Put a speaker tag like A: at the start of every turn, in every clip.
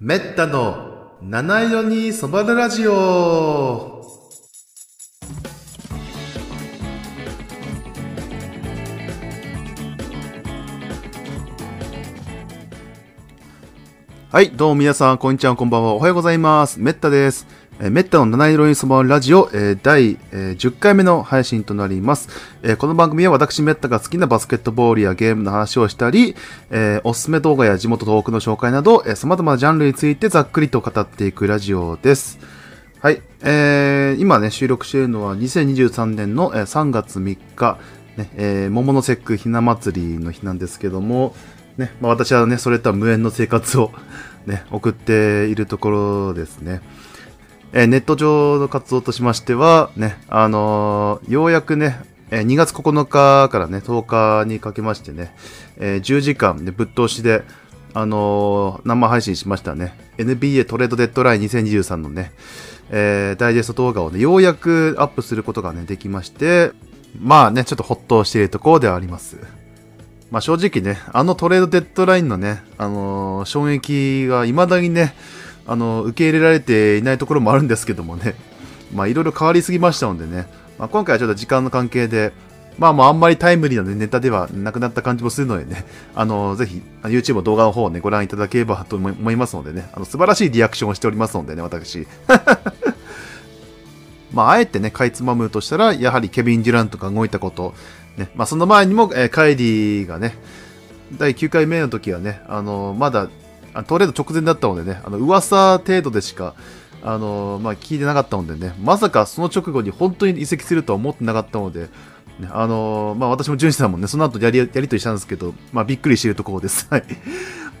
A: めったの七色にそばるラジオはい、どうも皆さん、こんにちは、こんばんは、おはようございます。めったです。えーめったの七色にそばるラジオ、えー第、えー10回目の配信となります、えーこの番組は私めったが好きなバスケットボールやゲームの話をしたり、えーおすすめ動画や地元トークの紹介など、えー、様々なジャンルについてざっくりと語っていくラジオです。はい、えー、今ね、収録しているのは2023年の、えー3月3日、ね、えー桃の節句ひな祭りの日なんですけども、ね、まあ私はね、それとは無縁の生活を ね、送っているところですね。えーネット上の活動としましては、ね、あのーようやくね、えー2月9日からね、10日にかけましてね、えー10時間、ね、ぶっ通しで、あのー生配信しましたね。NBA トレードデッドライン2023のね、えーダイジェスト動画をね、ようやくアップすることがね、できまして、まあね、ちょっとほっとしているところではあります。まあ正直ね、あのトレードデッドラインのね、あのー衝撃が未だにね、あの受け入れられていないところもあるんですけどもね、 まあいろいろ変わりすぎましたのでね、まあ、今回はちょっと時間の関係で、まあもうあんまりタイムリーな、ね、ネタではなくなった感じもするのでね、あのぜひあ YouTube の動画の方をね、ご覧いただければと思い思いますのでね、あの素晴らしいリアクションをしておりますのでね、私。まあ、あえてね、かいつまむとしたら、やはりケビン・デュラントが動いたこと、ね、まあ、その前にも、えーカイリーがね、第9回目の時はね、あのまだあトレード直前だったのでね、あの噂程度でしか、あのまあ、聞いてなかったのでね、まさかその直後に本当に移籍するとは思ってなかったので、ねあのまあ、私も淳史さんもね、その後やりやり取りしたんですけど、まあ、びっくりしているところです。はい。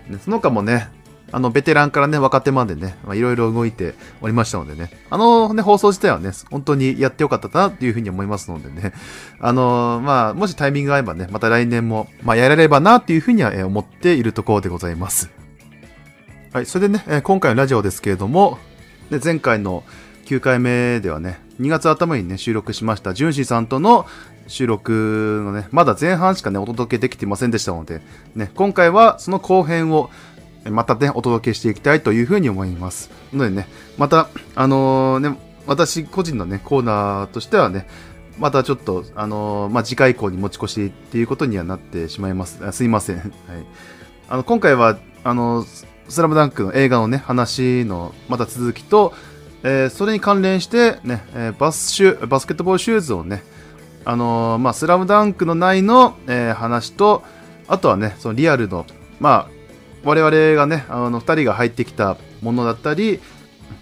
A: ねその他もね、あの、ベテランからね、若手までね、まあいろいろ動いておりましたのでね、あのね、放送自体はね、本当にやってよかったな、というふうに思いますのでね、あのまあ、もしタイミングが合えばね、また来年も、まあ、やれればな、というふうにはえー思っているところでございます。はい、それでね、えー今回のラジオですけれども、で前回の9回目ではね、2月頭にね、収録しました、ジュンシーさんとの収録のね、まだ前半しかね、お届けできていませんでしたので、ね、今回はその後編を、えまたね、お届けしていきたいというふうに思います。のでね、また、あのーね、私個人のね、コーナーとしてはね、またちょっと、あのーまあ、次回以降に持ち越しっていうことにはなってしまいます。あすいません。はい。あの、今回は、あのススラムダンクの映画のね、話の、また続きと、えーそれに関連して、ね、えーバスシュ、バスケットボールシューズをね、あのーまあ、スラムダンクの内の、えー話と、あとはね、そのリアルの、まあ、我々がね、あの、二人が入ってきたものだったり、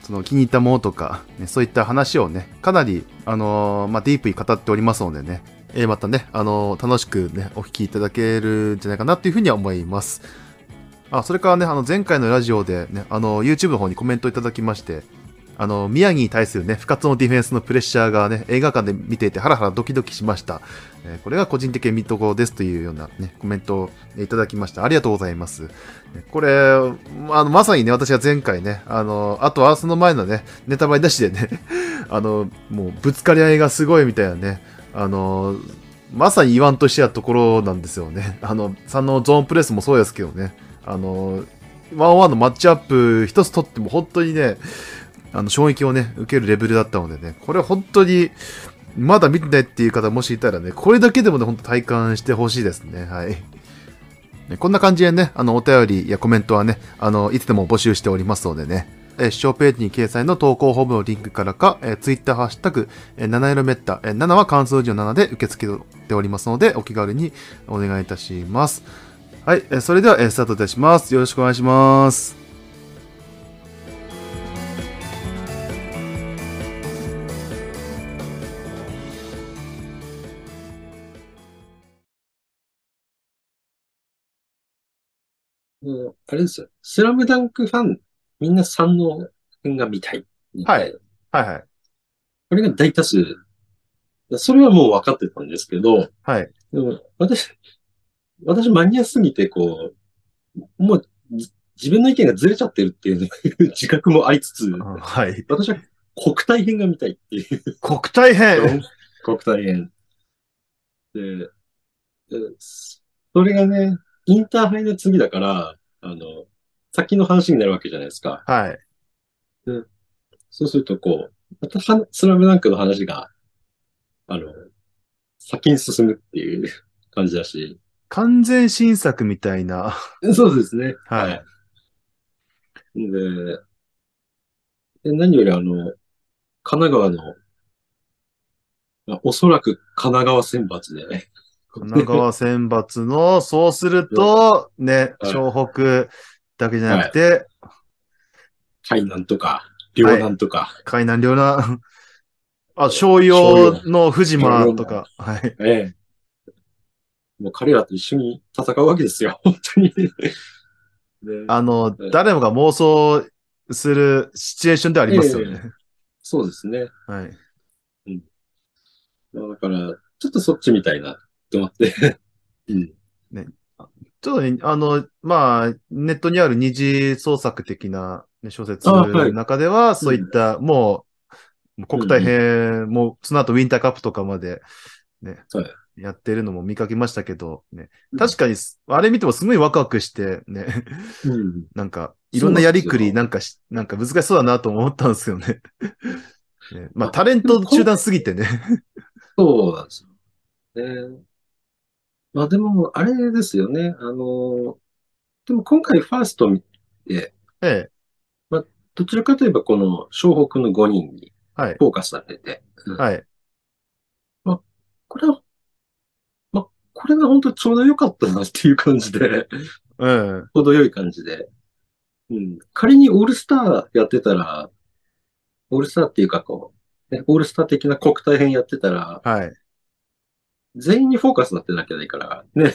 A: その気に入ったものとか、ね、そういった話をね、かなり、あのーまあ、ディープに語っておりますのでね、えーまたね、あのー楽しくね、お聞きいただけるんじゃないかなというふうには思います。あ、それからね、あの、前回のラジオでね、あの、YouTube の方にコメントいただきまして、あの、宮城に対するね、不活のディフェンスのプレッシャーがね、映画館で見ていてハラハラドキドキしました。えーこれが個人的に見どころですというようなね、コメントをいただきました。ありがとうございます。ねこれ、あの、まさにね、私が前回ね、あの、あとはその前のね、ネタバレなしでね、あの、もうぶつかり合いがすごいみたいなね、あの、まさに言わんとしてたところなんですよね。 あの、3のゾーンプレスもそうですけどね、あの、ワンワンのマッチアップ一つ取っても本当にね、あの衝撃をね、受けるレベルだったのでね、これは本当に、まだ見てないっていう方もしいたらね、これだけでもね、本当体感してほしいですね。はい。ねこんな感じでね、あの、お便りやコメントはね、あの、いつでも募集しておりますのでね、えー、視聴ページに掲載の投稿フォームのリンクからか、えー、ツイッターハッシュタグ、えー、7色めった、えー、7は関数字の7で受け付けておりますので、お気軽にお願いいたします。はい、えーそれでは、えースタートいたします。よろしくお願いします。
B: もう、あれですよ。スラムダンクファン、みんな三能君が見たい。
A: はい。はいはい。
B: これが大多数。それはもう分かってたんですけど、
A: はい。
B: でも私、私マニアすぎて、こう、もうじ自分の意見がずれちゃってるっていう 自覚もありつつ、
A: はい。
B: 私は国体編が見たいっていう。
A: 国体編
B: 国体編。で、でそれがね、インターハイの次だから、あの、先の話になるわけじゃないですか。
A: はい。
B: そうすると、こう、またはスラムダンクの話が、あの、先に進むっていう 感じだし。
A: 完全新作みたいな。
B: そうですね。
A: はい
B: い。で、で何よりあの、神奈川の、まあおそらく神奈川選抜で、
A: 神奈川選抜の、そうすると、ね、
B: はい
A: 湘北だけじゃなくて、
B: 海南とか、両南とか、
A: 海南両な、 あ、商用の藤間とか、はい。
B: ええ。もう彼らと一緒に戦うわけですよ、 本当に。で
A: あの
B: はい、
A: 誰もが妄想するシチュエーションではありますよね。
B: そうですね。
A: はい。
B: まあだから、ちょっとそっちみたいな、と思って。うん。
A: ちょっとね、あの、まあ、ネットにある二次創作的なね小説
B: あ
A: の
B: はい
A: 中では、そういった、もう、国体編も、その後ウィンターカップとかまで、ね
B: はい、
A: やってるのも見かけましたけど、ね、確かに、あれ見てもすごいワクワクして、ね、
B: うん。
A: なんか、いろんなやりくり、
B: そうな
A: なんかし、なんか難しそうだなと思ったんですよね。 ねまあ、タレント中断すぎてね。
B: そうなんですよ。ね。まあでも、あれですよね。あの、でも今回ファースト見て、
A: ええ、
B: どちらかといえばこの湘北の5人に
A: はい、
B: フォーカスされて、うん
A: はい。
B: これは、まあ、これが本当ちょうど良かったなっていう感じで、
A: うん。
B: 程よい感じで。うん。仮にオールスターやってたら、オールスターっていうかこう、ねオールスター的な国体編やってたら、
A: はい。
B: 全員にフォーカスになってなきゃいけないから、ね。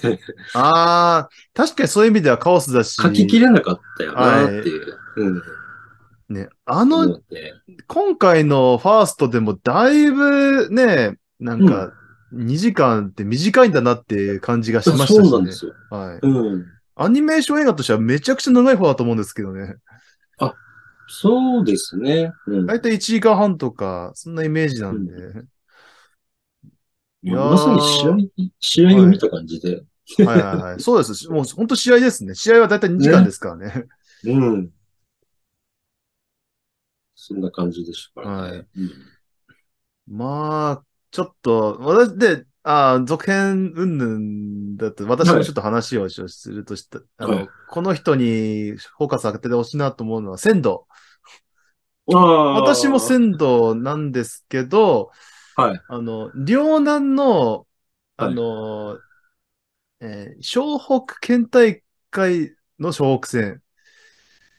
A: ああ、確かにそういう意味ではカオスだし。
B: 書ききれなかったよなっていう。うん。
A: ね、あ
B: の
A: の、今回のファーストでもだいぶね、なんか、2時間って短いんだなっていう感じがしましたし、ね。
B: そうなんですよ。
A: はい。
B: うん。
A: アニメーション映画としてはめちゃくちゃ長い方だと思うんですけどね。
B: そうですね。うん。
A: だいたい1時間半とか、そんなイメージなんで。いやー
B: まさに試合、試合を見た感じで。
A: はいはいはい。そうです。もう本当試合ですね。試合はだいたい2時間ですから ね。
B: うん。そんな感じでしたからね。
A: はいまあ、ちょっと、私で、ああ、続編云々だって、私もちょっと話をするとした、あの、
B: はい
A: この人にフォーカス当ててほしいなと思うのは、鮮度。
B: うん。ああ。
A: 私も鮮度なんですけど、
B: はい。
A: あの、両南の、あの、えー湘北県大会の湘北戦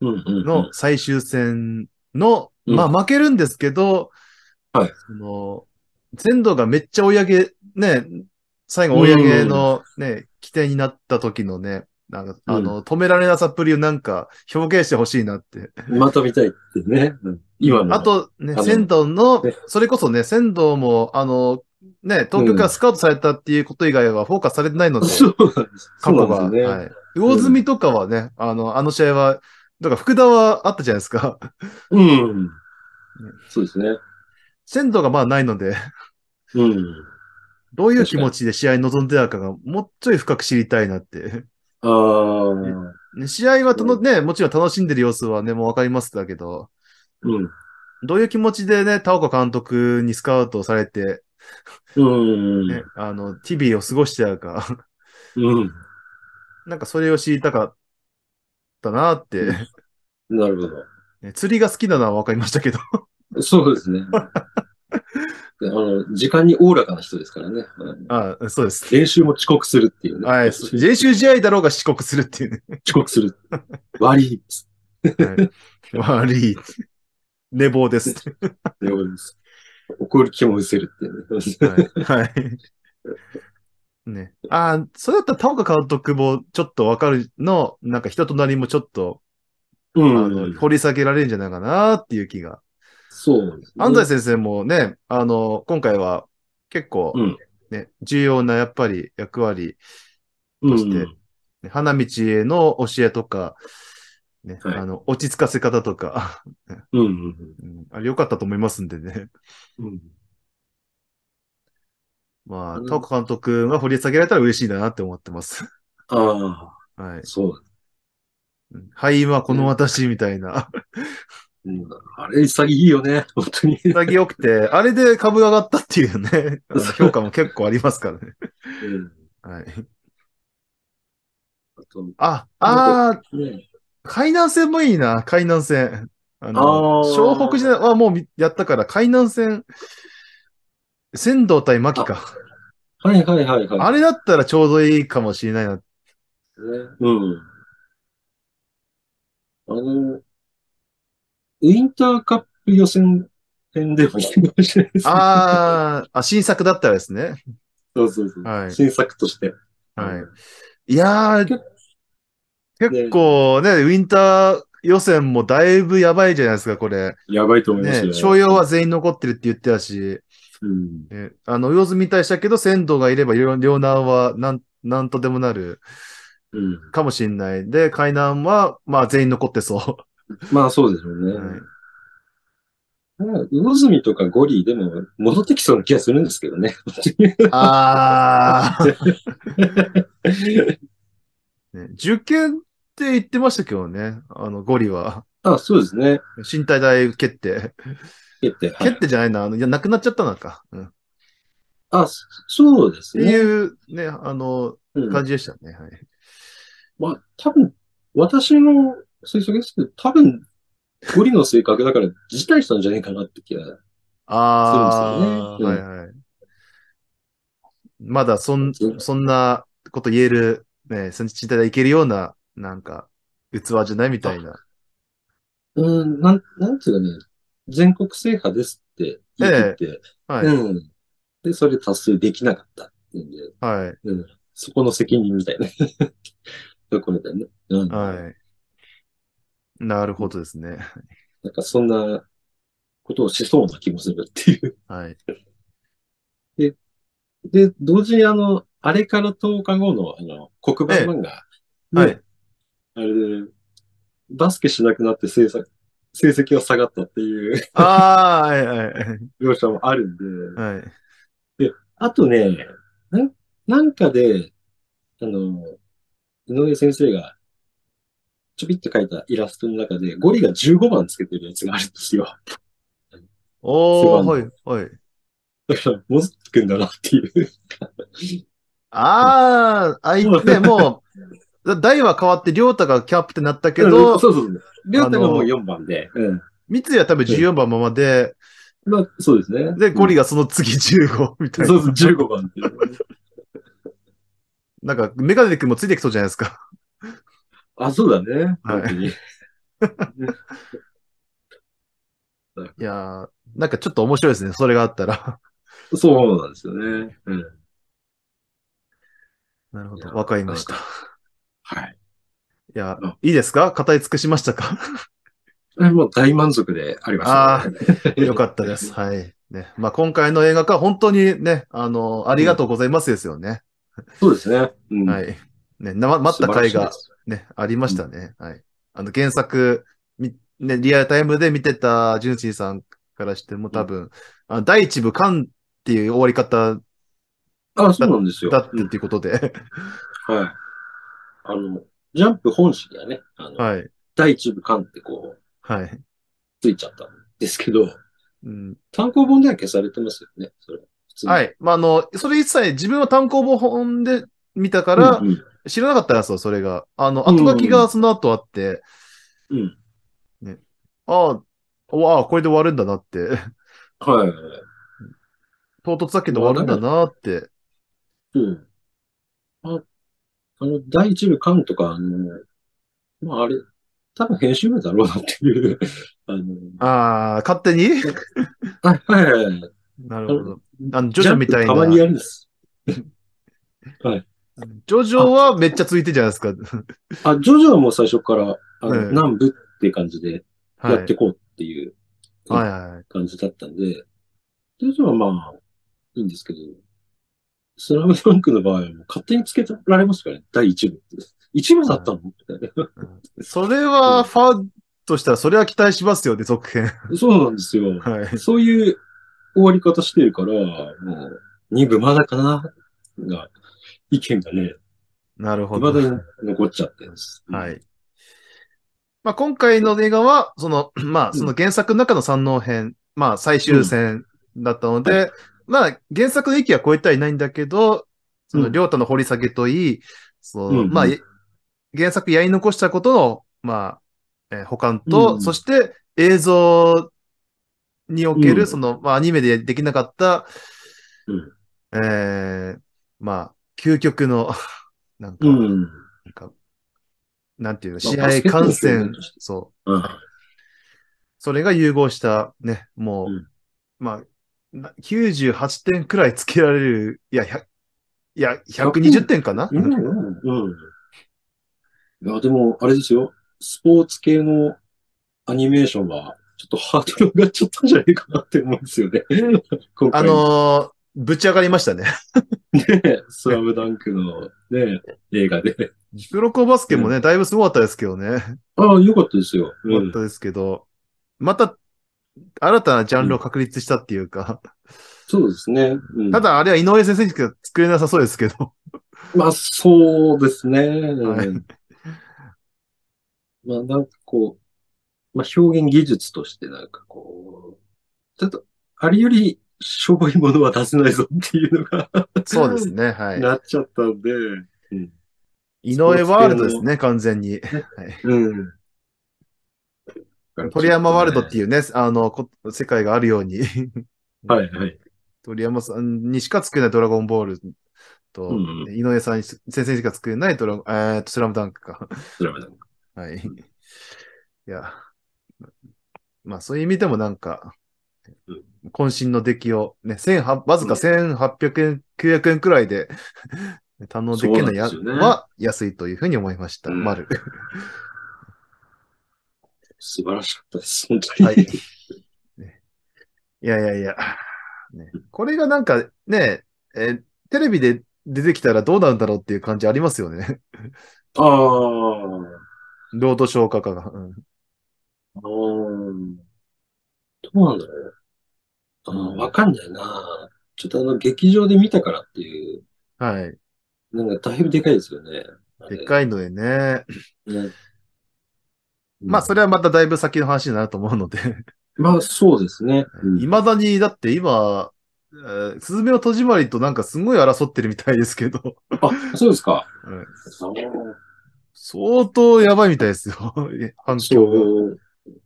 B: うんうんうん。
A: の最終戦の、
B: うん
A: まあ負けるんですけど、
B: はい
A: その、全土がめっちゃ追い上げ、ね、最後追い上げのね、起点になった時のね、なんか、あの、止められなさっぷりをなんか表現してほしいなって。
B: また見たいってね。うん今の。
A: あ、とね
B: あ、の
A: 仙道の
B: ね、
A: それこそね、仙道も、あの、ね、東京からスカウトされたっていうこと以外はフォーカスされてないので、
B: そうなんです。
A: 過去
B: そうな
A: が。
B: んですよね。
A: はい。魚住とかはね、あの、あの試合は、だから福田はあったじゃないですか。
B: うん。そうですね。
A: 仙道がまあないので、
B: うん。
A: どういう気持ちで試合に臨んでたかが、もうちょい深く知りたいなって。
B: ああ。うん。
A: ね試合はとの、ね、もちろん楽しんでる様子はね、もうわかりますだけど、どういう気持ちでね、田岡監督にスカウトされて、
B: うん。
A: ね、あの、ティビーを過ごしてたか。
B: うん。
A: なんかそれを知りたかったなって、
B: なるほど。
A: ね釣りが好きなのは分かりましたけど。
B: そうですね。であの、時間におおらかな人ですからね。うん
A: ああそうです。
B: 練習も遅刻するっていうね。
A: はい。
B: 遅
A: 練習試合だろうが遅刻するっていう ね。
B: 刻する。悪いっつっ
A: 悪い。寝坊です。
B: て思います。怒る気も失せるっていうね。
A: はい。はい。ね。ああ、それだったら田岡監督もちょっと分かるの、なんか人となりもちょっと、
B: う
A: あ
B: ん。
A: の、掘り下げられるんじゃないかなっていう気が。
B: そうですね
A: 安西先生もね、あの、今回は結構
B: うん、
A: ね、重要なやっぱり役割として
B: うん
A: ね花道への教えとか、ね、
B: はい
A: あの、落ち着かせ方とか、
B: うんうん
A: うんあれ良かったと思いますんでね。
B: うんうん。
A: まあ
B: う、ん
A: 田岡監督が掘り下げられたら嬉しいなって思ってます。
B: ああ、
A: はい。
B: そう。
A: うん敗因はこの私みたいな。
B: うんあれ、潔いよね、本当に。
A: 潔くて、あれで株が上がったっていうね、 あの評価も結構ありますからね。
B: うん
A: はい。
B: あと、
A: あ、あー、
B: ね、
A: 海南線もいいな、海南線。あ
B: あ
A: の、
B: ー
A: 湘北時代はもうみやったから、海南線、仙道対牧か。
B: はいはいはいはい。
A: あれだったらちょうどいいかもしれないな。
B: うん。あの、ウィンターカップ予選編でもいいかもしれないですね。
A: あーあ、新作だったらですね。
B: そうそうそう。
A: はい
B: 新作として。
A: はい。いやー
B: 結、
A: 結構ね、ウィンター予選もだいぶやばいじゃないですか、これ。
B: やばいと思いますよ
A: ね、
B: ね。
A: 商用は全員残ってるって言ってたし、
B: うん。
A: ねあの、魚住みたいしたけど、仙道がいれば、両両南はなん、なんとでもなる
B: うん。
A: かもしれない。で、海南は、まあ、全員残ってそ
B: まあそうですよ
A: う。
B: ね。
A: はい
B: うん魚住とかゴリでも戻ってきそうな気がするんですけど ね。
A: あー、 ね、受験って言ってましたけどね、あの、ゴリは。
B: あ、そうですね。
A: 身体大決定。
B: 決定。はい
A: 決定じゃないな、あの、いや、なくなっちゃったのか。うん
B: あ、そそうです
A: って
B: ね。
A: いうね、あの、
B: うん
A: 感じでしたね。はい。
B: まあ、多分、私の推測ですけど、多分、ゴリの性格だから辞退したんじゃないかなって気が。
A: ああ、
B: そうですよね
A: はいはい。まだそん、
B: そう
A: そんなこと言える、ね、その身体でいけるような、なんか、器じゃないみたいな。
B: うん、なん、なんていうかね、全国制覇ですって言ってて、
A: はい、
B: うん。で、それ達成できなかったっていうんで、
A: はい、
B: そこの責任みたいな ところだよね。うん。
A: はい。なるほどですね。
B: なんかそんなことをしそうな気もするっていう。
A: はい。
B: で、同時にあの、あれから10日後のあの、黒板漫画、
A: は
B: ね
A: い。
B: あれで、バスケしなくなって制作、成績が下がったっていう
A: ああ、はい、はい、
B: 描写もあるんで、
A: はい。
B: あとね、なんなんかで、あの、井上先生が、ちょびっと描いたイラストの中で、ゴリが15番つけてるやつがあるんですよ。
A: お
B: す
A: ー、
B: ご
A: はいい、はい。
B: だから、戻ってくんだなっていう。
A: ああ、あいつね、もう、だ代は変わって、りょうたがキャプテンになったけ
B: うん
A: ど、
B: そうそうそう。りょうたがもう4番で。うん。
A: 三井は多分14番ままで、
B: まあ、そうですね。
A: で、ゴリ
B: が、
A: がその次15みたいな。
B: そうそう、15番 っていう。
A: なんか、メガネ君もついてきそうじゃないですか。
B: あ、そうだね。
A: はい
B: 本当に。
A: いやー、なんかちょっと面白いですね、それがあったら。
B: そうなんですよね。うん。
A: なるほ
B: いや
A: ど、わかりました。い
B: はい。
A: や
B: うん、
A: いいですか語り尽くしましたか
B: あれもう大満足でありました、ね。
A: よかったです。はい。ね。まあ、今回の映画化、本当にね、あの、ありがとうございますですよね。
B: そうですね。うん。。
A: はいい。ね、なま待った回がね、ありましたね。はい。あの、原作、みね、リアルタイムで見てたジュンシーさんからしても多分、あの第一部完っていう終わり方
B: あ、そうなんですよ。
A: だったっ
B: うん
A: ていうことで、
B: はい。あの、ジャンプ本誌がね、あ の、
A: はい。
B: 第一部巻ってこう、
A: はい。
B: ついちゃったんですけど、
A: うん、
B: 単行本では消されてますよね。それ。普通に
A: はい。まあ、あの、それ一切自分は単行本で見たか
B: う
A: ら
B: ん、うん
A: 知らなかったんですよ、それが。あの、
B: うん
A: 後書きがその後あって、
B: うん。
A: ああ、わあ、これで終わるんだなって、
B: はい。
A: 唐突だけど終わるんだなって。
B: うん。あ、あの、第一部巻とか、あの、まあ、あれ、多分編集部だろうなっていう、 あの、
A: ああ、勝手に
B: はいはいはい。
A: なるほど。あの、ジョジョみたい
B: ジ
A: な
B: ャンプたまにやるんです。
A: ジョジョはめっちゃついてるじゃないですか。
B: あ、ジョジョはもう最初から、あの、
A: うん
B: 南部っていう感じで
A: は
B: や
A: い。
B: ってこうっていう
A: はいはい。
B: 感じだったんで、ジョジョはまあ、いいんですけど、スラムダンクの場合はもう勝手につけられますからね、第一部って。一部だったのみたいな。
A: それは、ファンとしたら、それは期待しますよね、続編。
B: そうなんですよ。
A: はい。
B: そういう終わり方してるから、もう、二部まだかなが、意見がね、
A: なるほ
B: 未だ
A: ど。
B: に残っちゃってるんです。
A: はい。まあ、今回の映画は、その、 まあ、その原作の中の三能編、まあ、最終戦だったので、まあ、原作の域は超えてはいないんだけど、その、
B: うん
A: 両太の掘り下げといい、その、
B: うん
A: まあ、い原作やり残したことの、まあ、えー保管と、
B: うん
A: そして映像における、
B: うん
A: その、まあ、アニメでできなかった、
B: うん
A: えーまあ、究極の、 なんか、
B: うん。
A: なんか、なんていうの、
B: まあ
A: 試
B: バ
A: 合
B: スケットの
A: 観
B: 表現
A: 戦
B: として、
A: そう、
B: うん。
A: それが融合した、ね、もう、
B: うん
A: まあな、98点くらいつけられる、いや、100いや、120
B: 120
A: 点かな、
B: うん
A: うん
B: うん。いや、でも、あれですよ。スポーツ系のアニメーションは、ちょっとハードル上がっちゃったんじゃないかなって思うんですよね。今回
A: あのーぶち上がりましたね。
B: ね、 スラムダンクのね、映画で。
A: プロコバスケもね、だいぶすごかったですけどね。
B: ああ、よかったですよ。
A: 良
B: う
A: か
B: ん
A: ったですけど、また、新たなジャンルを確立したっていうか、
B: そうですね。うん
A: た、だあれは井上先生にしか作れなさそうですけど、
B: まあ、そうですね。
A: はい
B: うん まあ、なんかこう、まあ、表現技術としてなんかこう、ちょっと、あれより、しょぼいものは出せないぞっていうのが、
A: そうですね、は
B: なっちゃったんで、うん。
A: い。井上ワールドですね、完全に。
B: うん。
A: 鳥山ワールドっていうね、あの、こ世界があるように、
B: はいはい。
A: 鳥山さんにしか作れないドラゴンボールと、
B: うん
A: 井上さんにし先生にしか作れないドラゴン、えー、とスラムダンクか。
B: スラムダンク
A: はい。いや、まあそういう意味でもなんか、渾身の出来を、ね、1800わずか1800円、900円くらいで堪能できるのや、
B: そうなんですよね
A: は安いというふうに思いました。
B: うん
A: 丸。
B: 素晴らしかったです、本当に。
A: はい。ねいやいやいや、ね。これがなんかね、えーテレビで出てきたらどうなんだろうっていう感じありますよね。
B: ああ。
A: ロードショー化が。うん
B: あーどうなんだろう。あーわかんないな。ちょっとあの、劇場で見たからっていう、
A: はい。
B: なんかだいぶでかいですよね。
A: でっかいのでね。
B: い。ね
A: まあ、それはまただいぶ先の話になると思うので。
B: まあ、そうですね。
A: いまだに、だって今、えーすずめの戸締まりとなんかすごい争ってるみたいですけど、
B: あ、そうですか。
A: うん
B: そう
A: 相当やばいみたいですよ。 え反響が。
B: そう。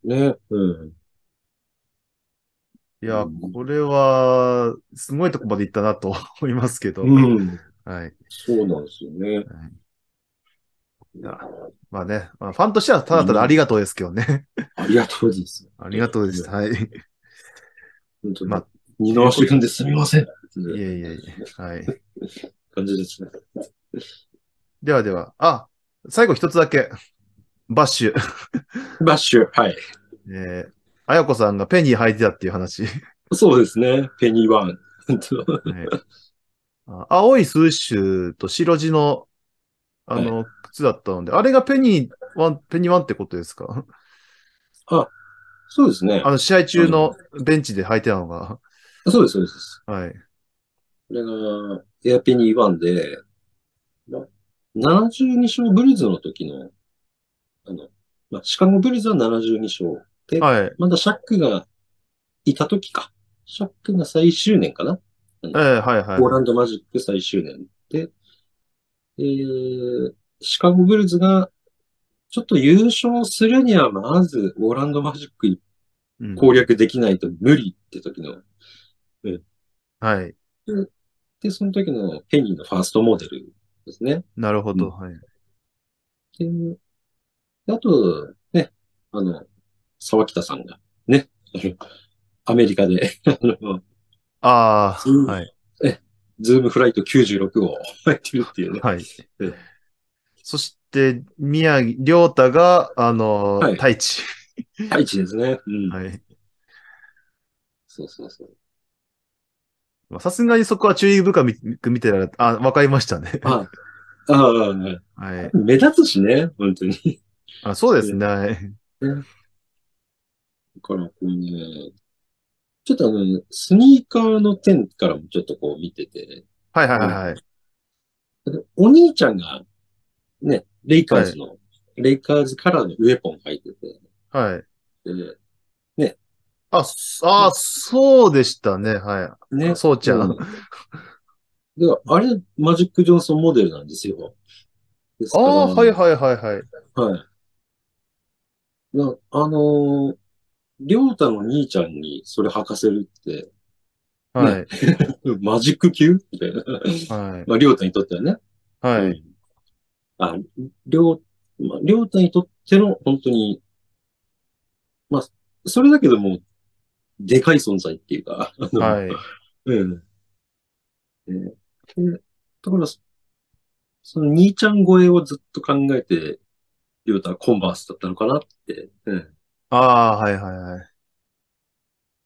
B: ね。うん。
A: いや、これは、すごいとこまで行ったなと思いますけど。
B: うん。
A: はい。
B: そうなんですよね。
A: やまあね、まあ、ファンとしてはただただありがとうですけどね。
B: ありがとうです。
A: ありがとうです。はい。い
B: 本当に
A: まあ
B: 二直してるんですみません。っていう
A: えいえいえ。はい。
B: 感じですね。
A: ではでは、あ、最後一つだけ。バッシュ。
B: バッシュ。はい。
A: えー、あやこさんがペニー履いてたっていう 話。
B: そうですね。ペニーワン。本当
A: ねあ青いスウッシュと白地の、あの、靴だったので、あれがペニーワン、ペニーワンってことですか
B: そうですね
A: あ。の、試合中のベンチで履いてたのが。
B: そうです、そうです。
A: はい。
B: これが、エアペニー1で、ま72勝ブルーズの時の、あの、まあ、シカゴブルーズは72勝。で、
A: はい。
B: まだシャックがいた時か。シャックが最終年かな。
A: えー、はいはい
B: オー。ランドマジック最終年で、えー、シカゴブルーズが、ちょっと優勝するには、まず、オーランドマジック一
A: うん
B: 攻略できないと無理って時の、
A: はい。
B: で、その時のペニーのファーストモデルですね。
A: なるほど。
B: うん
A: はい。
B: で、であと、ね、あの、沢北さんが、ね、 あのアメリカで、あの、
A: ああ、
B: うん
A: はい。
B: ズームフライト96を入ってるっていうね。
A: はい
B: うん。
A: そして、宮城、亮太が、あの、
B: はい
A: 太一。
B: 愛知ですね。うん。
A: はい。
B: そうそうそう。
A: まあさすがにそこは注意深く見てられた。あ、わかりましたね。
B: あ、ああ、
A: はい。
B: 目立つしね、本当に。
A: あそうですね。はい
B: だから、こうね、ちょっとあの、スニーカーの点からもちょっとこう見てて、
A: はいはいはい。
B: お兄ちゃんが、ね、レイカーズのレイカーズカラーのウェポン入ってて、
A: はい。
B: で
A: あ、すあ、そうでしたね。は
B: ね。
A: そうちゃん
B: うで、あれ、マジック・ジョンソンモデルなんですよ。です
A: い。あ
B: から
A: あ、はいはいはいはい。
B: はい。な、あのー、りょうたの兄ちゃんにそれ履かせるって、
A: はい。
B: マジック級みたいな。
A: はい。
B: まあ、りょうたにとってはね。
A: は
B: う
A: い。
B: んあ、りょう、まあ、りょうたにとっての本当に、まあ、それだけでも、でかい存在っていうか、あの
A: はい。
B: うん。えーでだから、そその兄ちゃん越えをずっと考えて、りょうたはコンバースだったのかなって。うん。
A: ああ、はいはいは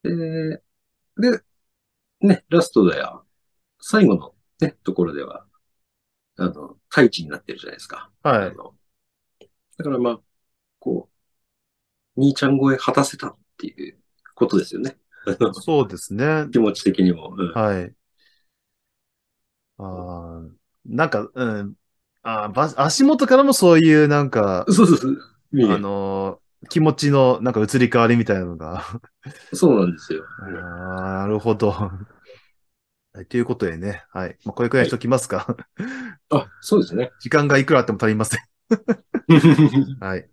A: い。
B: で、で、ね、ラストだよ。最後のね、ところでは、あの、大地になってるじゃないですか。
A: は
B: あ
A: い。
B: のだからまあ、こう、兄ちゃん越え果たせたっていうことですよね。
A: そうですね。
B: 気持ち的にも。うん
A: はい。ああ、なんか、うん。あーば足元からもそういう、なんか、
B: そうそうそう。見える
A: あのー気持ちの、なんか移り変わりみたいなのが。
B: そうなんですよ。
A: あーなるほど。はいということでね、はい。まあ、これくらいにしときますか。
B: あ、そうですね。
A: 時間がいくらあっても足りません。はい。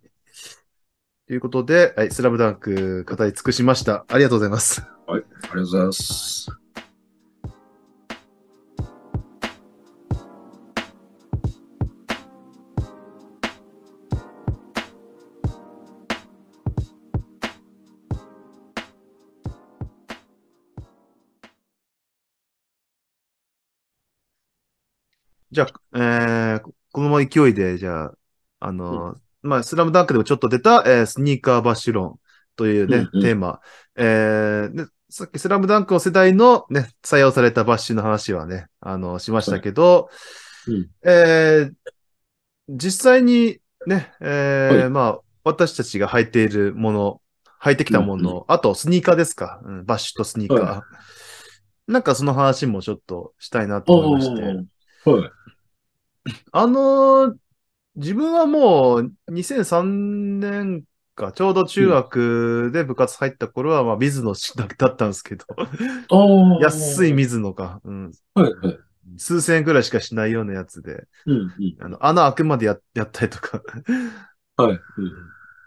A: ということで、はい、スラムダンク語り尽くしました。ありがとうございます。
B: ありがとうございます。
A: じゃあ、えー、このまま勢いで、じゃあ、あのーまあ、スラムダンクでもちょっと出た、えースニーカーバッシュ論というね、
B: うんうん
A: テーマ。えーでさっきスラムダンクの世代のね、採用されたバッシュの話はね、あの、しましたけど、
B: うん
A: えー実際にね、えー
B: はい
A: まあ、私たちが履いているもの、履いてきたもの、
B: うん
A: あとスニーカーですか、うん、バッシュとスニーカー。
B: は
A: なんかその話もちょっとしたいなと 思いまして。
B: おーはい。
A: あのー自分はもう2003年か、ちょうど中学で部活入った頃は、まあ、水野だったんですけど、
B: ああ。
A: 安い。水野か、うん、
B: はいはい。
A: 数千円くらいしかしないようなやつで、
B: うんうん。
A: あの穴開くまでややったりとか、
B: はい。うん、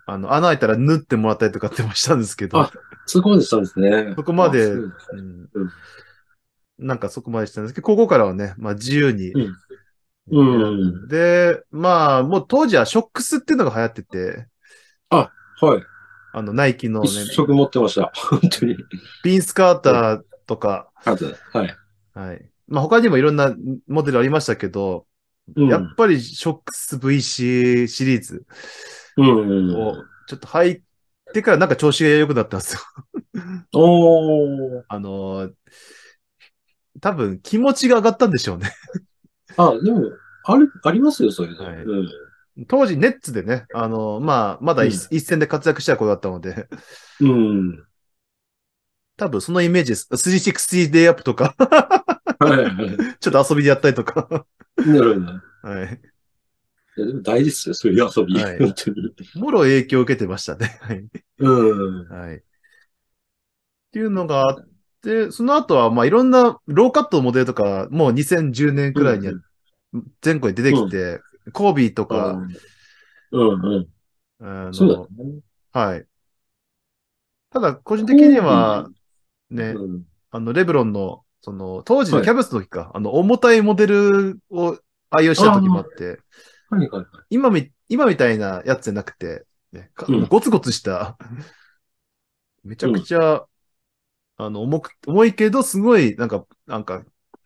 A: あの穴開いたら縫ってもらったりとかってもしたんですけど
B: あ、そこまでしたんですね。
A: そこまで
B: あそう
A: うんなんかそこまでしたんですけど、ここからはね、まあ、自由に。
B: うんうん
A: で、まあ、もう当時はショックスっていうのが流行ってて、
B: はい。
A: あの、ナイキのね、
B: 一色持ってました。 本当に。
A: ビンスカーターとか、
B: あとねはい。
A: はい。まあ他にもいろんなモデルありましたけど、
B: うん
A: やっぱりショックス VC シリーズ
B: うんうんう
A: を
B: ん。
A: ちょっと入ってからなんか調子が良くなったんですよ。
B: おー。
A: あのー多分気持ちが上がったんでしょうね。
B: あ、でも、ある、ありますよ、そういうの。
A: はい
B: うん。
A: 当時ネッツでね、あのーまあ、まだ一,、戦で活躍した子だったので、
B: うん。
A: 多分そのイメージです。360デイアップとか、
B: はい はい。
A: ちょっと遊びでやったりとか。
B: なるほど。
A: はい。
B: いや、でも大事ですよ、そういう遊び。
A: はい
B: 本当に。
A: もろ影響を受けてましたね。 はい。
B: うん。
A: はい。っていうのがあって、その後は、まあ、いろんなローカットのモデルとか、もう2010年くらいには
B: うん
A: 全国に出てきて、コービーと
B: う
A: か、
B: んうん
A: あ
B: う
A: の
B: ん。そうだね。
A: はい。ただ、個人的には、ね、
B: うん
A: あの、レブロンの、その、当時の
B: はい
A: キャベツの時か、あの、重たいモデルを愛用した時もあって、
B: はいはいはい。
A: 今み、今みたいなやつじゃなくて、ね、か
B: うん
A: ゴツゴツした、 めちゃくちゃ、あの、重く、重いけど、すごい、なんか、なんか、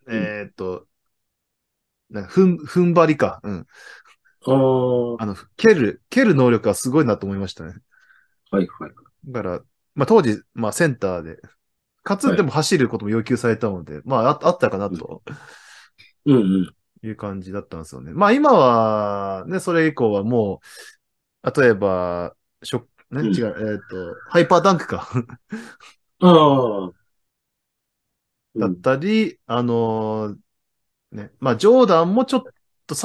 A: えーっと、なんか、ふん、踏ん張りか。うん。
B: ああ。は
A: あの、蹴る、蹴る能力がすごいなと思いましたね。
B: いはい。
A: だから、まあ当時、まあセンターで、かつ
B: はい
A: でも走ることも要求されたので、まあああったかなと
B: うんうん。
A: いう感じだったんですよね。まあ今は、ね、それ以降はもう、例えば、ショック、ね、
B: うん
A: 違う、えーっ、と、ハイパーダンクか。
B: ああ。
A: だったり、あのーね、まあ、ジョーダンもちょっと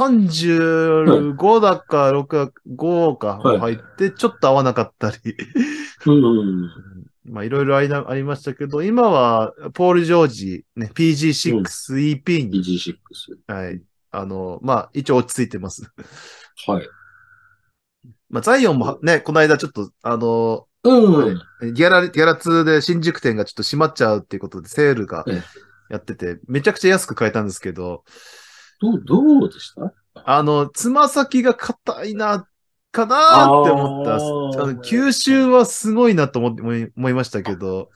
A: 35だか6だか5か
B: はい
A: 入って、ちょっと合わなかったり、
B: うんうん。
A: まあいろいろありなありましたけど、今はポール・ジョージ、ね、PG6EP に、
B: EG6。
A: はい、あの、まあ一応落ち着いてます。
B: はい。
A: まあザイオンもはね、この間ちょっと、あの、
B: うん。
A: ギャラ、ギャラ2で新宿店がちょっと閉まっちゃうっていうことでセールが
B: ええ
A: やってて、めちゃくちゃ安く買えたんですけど、
B: どう、どうでした
A: あの、つま先が硬いな、かなーって思った。
B: あ
A: あ
B: ー
A: の吸収はすごいなと思って思い思いましたけど、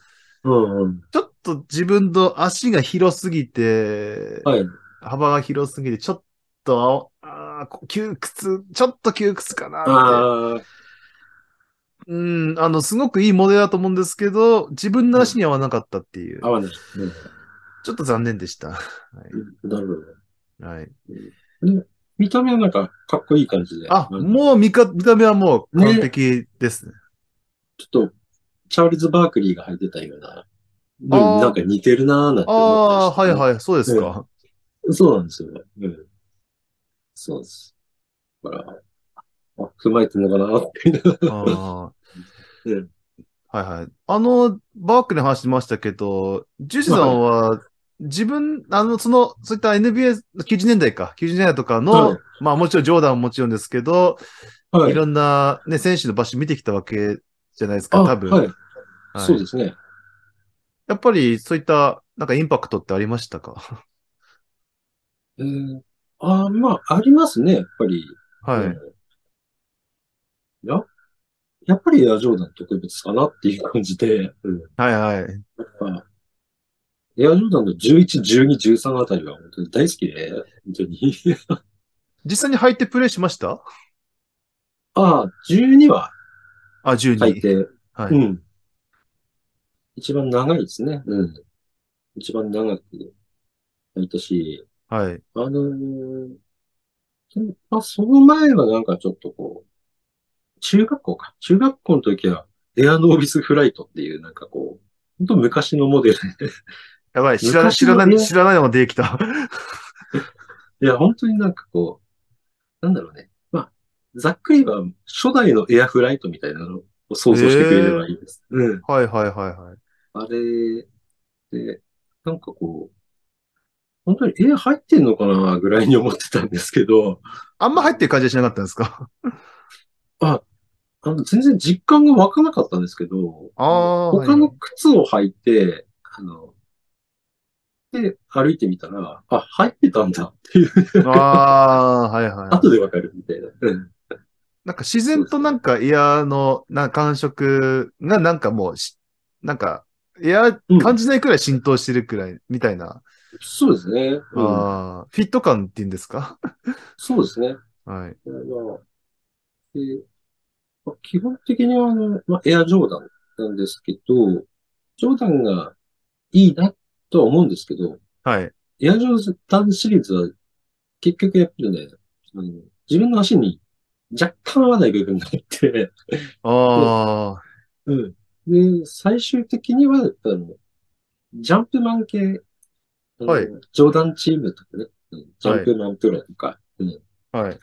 B: うんうん。
A: ちょっと自分の足が広すぎて、
B: はい。
A: 幅が広すぎて、ちょっと、あーこ窮屈、ちょっと窮屈かなって。
B: ああ、
A: うん、あの、すごくいいモデルだと思うんですけど、自分の足に合わなかったっていう、
B: 合わない。
A: ちょっと残念でした。
B: うんなるほど。
A: はい。
B: 見た目はなんか、かっこいい感じで。
A: あ、
B: うん
A: もう見か見た目はもう完璧ですね。
B: ちょっと、チャールズ・バークリーが入ってたような、の
A: あー
B: になんか似てるなーなんて思
A: ああ
B: っ
A: ー、
B: た
A: は
B: り
A: いはい、
B: して
A: そうですか。
B: そうなんですよ。うん。そうです。だから、あ、踏まえてんのかなっていう
A: ああ
B: うん
A: はいはい。あの、バークの話しましたけど、ジュシさんは、自分、あの、その、そういった NBA、90年代か、90年代とかの、
B: はい
A: まあもちろんジョーダンももちろんですけど、、
B: はい
A: ろんなね、選手の場所見てきたわけじゃないですか、
B: あ
A: 多分。
B: はい。
A: はい
B: そうですね。
A: やっぱりそういった、なんかインパクトってありましたか
B: えー、あーまあ、ありますね、やっぱり。
A: はい。
B: うんややっぱりエアジョーダン特別かなっていう感じで、うん、
A: はいはい。
B: やっぱ、エアジョーダンの11、12、13あたりは本当に大好きで、本当に。
A: 実際に入ってプレイしました
B: ああ、12は
A: あ、12。
B: 履いて、
A: はい
B: うん。一番長いですね。うん。一番長く履いたし、
A: はい。
B: あのーでもまあ、その前はなんかちょっとこう、中学校か。中学校の時は、エアノービスフライトっていう、なんかこう、本当昔のモデルで、
A: やばい、知らない、知
B: 昔
A: ら
B: は
A: な
B: ね
A: い、知らないのができた。
B: いや、本当になんかこう、なんだろうね。まあ、ざっくりは初代のエアフライトみたいなのを想像してくれればいいです。うん。
A: はいはいはいはい。
B: あれで、なんかこう、本当にエア入ってんのかなぐらいに思ってたんですけど、
A: あんま入ってる感じはしなかったんですか
B: あの全然実感が湧かなかったんですけど、
A: あー
B: 他の靴を履いて、あの、で、歩いてみたら、あ、入ってたんだっていう、
A: ああ、はいは
B: 後でわかるみたいな。うん
A: い。なんか自然となんかエアのな感触がなんかもうし、なんかエア
B: うん
A: 感じないくらい浸透してるくらいみたいな、
B: そうですね。うん、
A: あーフィット感っていうんですか
B: そうですね。
A: はい。
B: まあ、でまあ、基本的にはあの、まあ、エアジョーダンなんですけど、ジョーダンがいいなとは思うんですけど、
A: はい。
B: エアジョーダンシリーズは結局やっぱりね、あの自分の足に若干合わない部分があって、
A: あ
B: うん。で、最終的には、あの、ジャンプマン系、あの
A: はい
B: ジョーダンチームとかね、うんジャンプマンプロとか、うん、
A: あ、はい。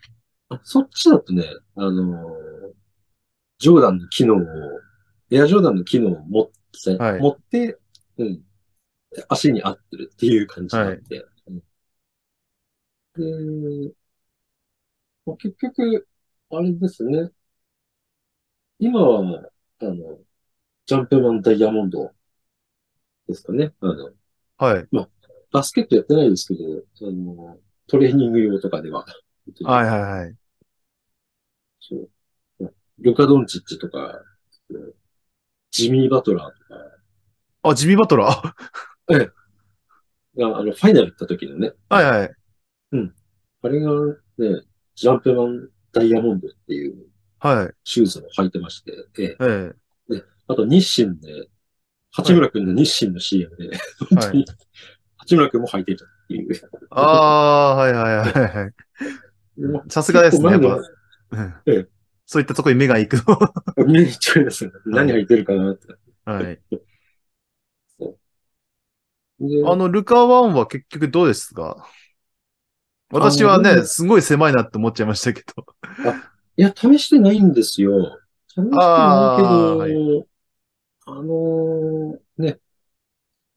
B: あそっちだとね、あのージョーダンの機能を、エアジョーダンの機能を持って、
A: はい
B: 持って、うん。で足に合ってるっていう感じになって。うんで、もう結局、あれですね。今はもう、あの、ジャンプマンダイヤモンドですかね。あの、
A: はい。
B: バスケットやってないですけど、あの、トレーニング用とかでは。
A: はいはいはい。
B: そう。ルカ・ドンチッチとか、うんジミー・バトラーと
A: あ、ジビーバトラー
B: かが、あの、ファイナル行った時のね、
A: はいはい。
B: あれがね、ジャンプマン・ダイヤモンドっていう
A: はい。
B: シューズを履いてまして、ええ
A: え え
B: あと日清で、八村君の日清の CM で、本当に、 八村君も履いてたっていう。
A: ああ、はいはいはいはい。
B: も
A: さ
B: う
A: すがですね、やっ
B: 結構
A: ぱ
B: 前。
A: うん
B: ええ
A: そういったとこに目が行くの。
B: の目に行っちゃいますね。何履いてるかなって。
A: はい。
B: で
A: あの、ルカワンは結局どうですか私は
B: あなるほ
A: ね、
B: ど
A: すごい狭いなって思っちゃいましたけ ど。
B: いや、試してないんですよ。試してないけ
A: あー
B: ど、
A: はい
B: あのーね、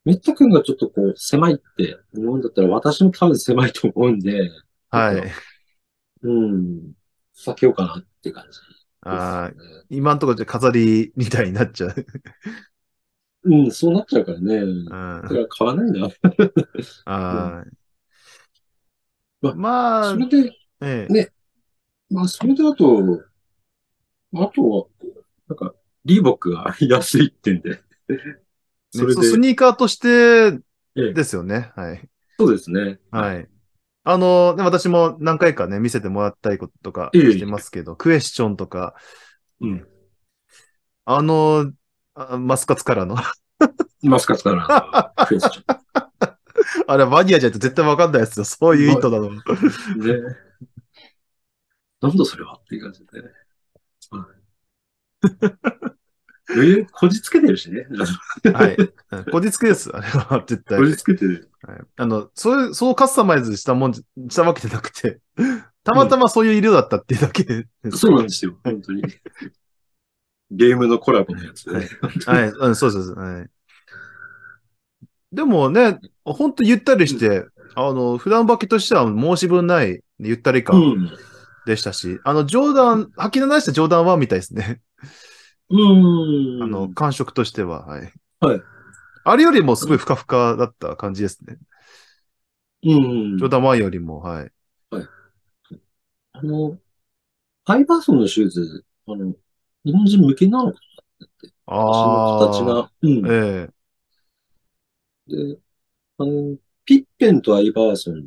B: めったくんがちょっとこう、狭いって思うんだったら、私も多分狭いと思うんで、
A: はい。
B: うん、避けようかなって感じです
A: あー
B: ね。
A: 今んとこじゃ飾りみたいになっちゃう。
B: うん、そうなっちゃうからね。
A: うん
B: だから買わないな。
A: はい
B: ま
A: まあ
B: そ、れで、
A: え
B: ねまあ、それであと、あとは、なんか、リーボックが安いってんで。
A: え
B: それ
A: そ
B: で
A: う、スニーカーとして
B: ええ
A: ですよね。はい。
B: そうですね。
A: はい。あの、ね私も何回かね、見せてもらったりこととか
B: ええ
A: してますけど、クエスチョンとか、
B: うん。
A: あの、あマスカツからの。
B: マスカ スからのクエスチ
A: あれ、マニアじゃないと絶対わかんないですよ。そういう意図なの。
B: ョン。ね。なんだそれはっていう感じでね。はいえーこじつけてるしね。
A: はい。うんこじつけです、あれは、絶対。
B: こ
A: は
B: じ
A: い
B: つけてる。
A: あの、そういう、そうカスタマイズしたもんじゃ、したわけじゃなくて、たまたまそういう色だったっていうだけです
B: そうなんですよ。本当に。ゲームのコラボのやつで、
A: はいはい、うん、そうそうそう。はい、でもね、ほんとゆったりして、あの、普段履きとしては申し分ないゆったり
B: う
A: 感
B: ん。
A: でしたし、あの、冗談、履きのないした冗談はみたいですね。
B: うん。
A: あの、感触としては、はい。
B: はい。
A: あれよりもすごいふかふかだった感じですね。
B: うん。
A: 冗談はよりも、はい。
B: あの、ハイバーソンのシューズ、あの、日本人向けなのか
A: ああ。
B: な足の形が。うん。で、
A: え
B: あの、ピッペンとアイバーソンの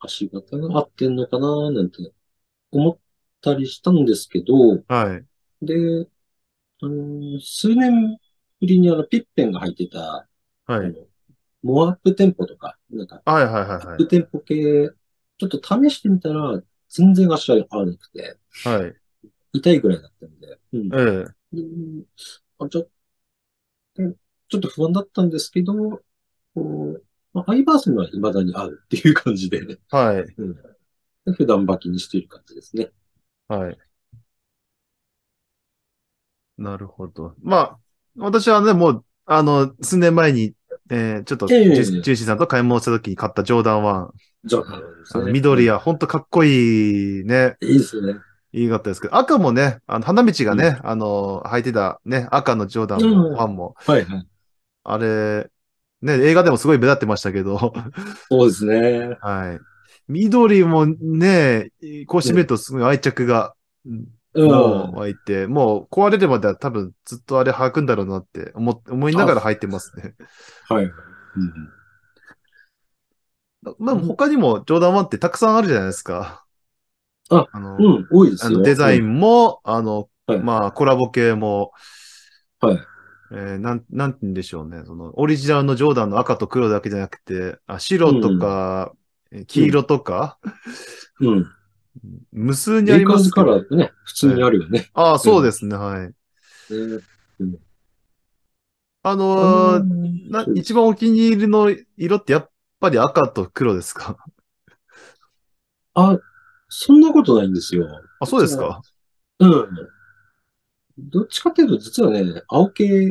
B: 足型が合ってんのかななんて思ったりしたんですけど、
A: えはい。
B: で、あの、数年ぶりにあの、ピッペンが入ってた、
A: は
B: あ
A: い。
B: のモアアップテンポとか、なんか、
A: はいはい
B: ア
A: は
B: ップテンポ系、ちょっと試してみたら、全然足が合わなくて、
A: いはい。はい。
B: 痛いぐらいだったんで、うん。
A: ええ
B: うんあちょうんちょっと不安だったんですけど、こうまあ、アイバーソンは未だに合うっていう感じで、
A: はい。
B: 普段履きにしている感じですね。
A: はい。なるほど。まあ、私はね、もう、あの、数年前に、えーちょっと、ジ
B: ええ
A: ュジューシーさんと買い物した時に買ったジョーダン1、
B: じゃあ、なるほどで
A: あ
B: す
A: の
B: ね
A: 緑。や、ほんとかっこいいね、
B: いいですね。
A: いいかったですけど、赤もね、あの、花道がね、あの、履いてたね、赤のジョーダン
B: う
A: も、
B: ん
A: ファンも、
B: はいはい。
A: あれ、ね、映画でもすごい目立ってましたけど、
B: そうですね。
A: はい。緑もね、こうしてみるとすごい愛着が、うん
B: うん。
A: もう湧いて、もう壊れるまでは多分ずっとあれ履くんだろうなって思っ思いながら履いてますね。
B: はい。
A: まあ他にもジョーダン1ってたくさんあるじゃないですか。
B: あ、
A: の、
B: うん。うん、多いで
A: あ
B: す
A: の
B: よ。
A: デザイ
B: ン。
A: ンも、あの、
B: はい
A: まあコラボ系も、
B: はい。
A: えーなん、なんて言うんでしょうね。そのオリジナルのジョーダンの赤と黒だけじゃなくて、あ白とか、え黄色とか、
B: うん。
A: 無数に
B: レ
A: あ
B: イ
A: り
B: カー
A: ます
B: ズ
A: け
B: カ
A: ど
B: ラーってね、普通にあるよね。
A: ああ、そうですね、はい。
B: ね
A: あのーな
B: そうです
A: 一番お気に入りの色ってやっぱり赤と黒です か
B: あ、そんなことないんですよ。
A: あ、そうですか
B: うん。どっちかっていうと、実はね、青系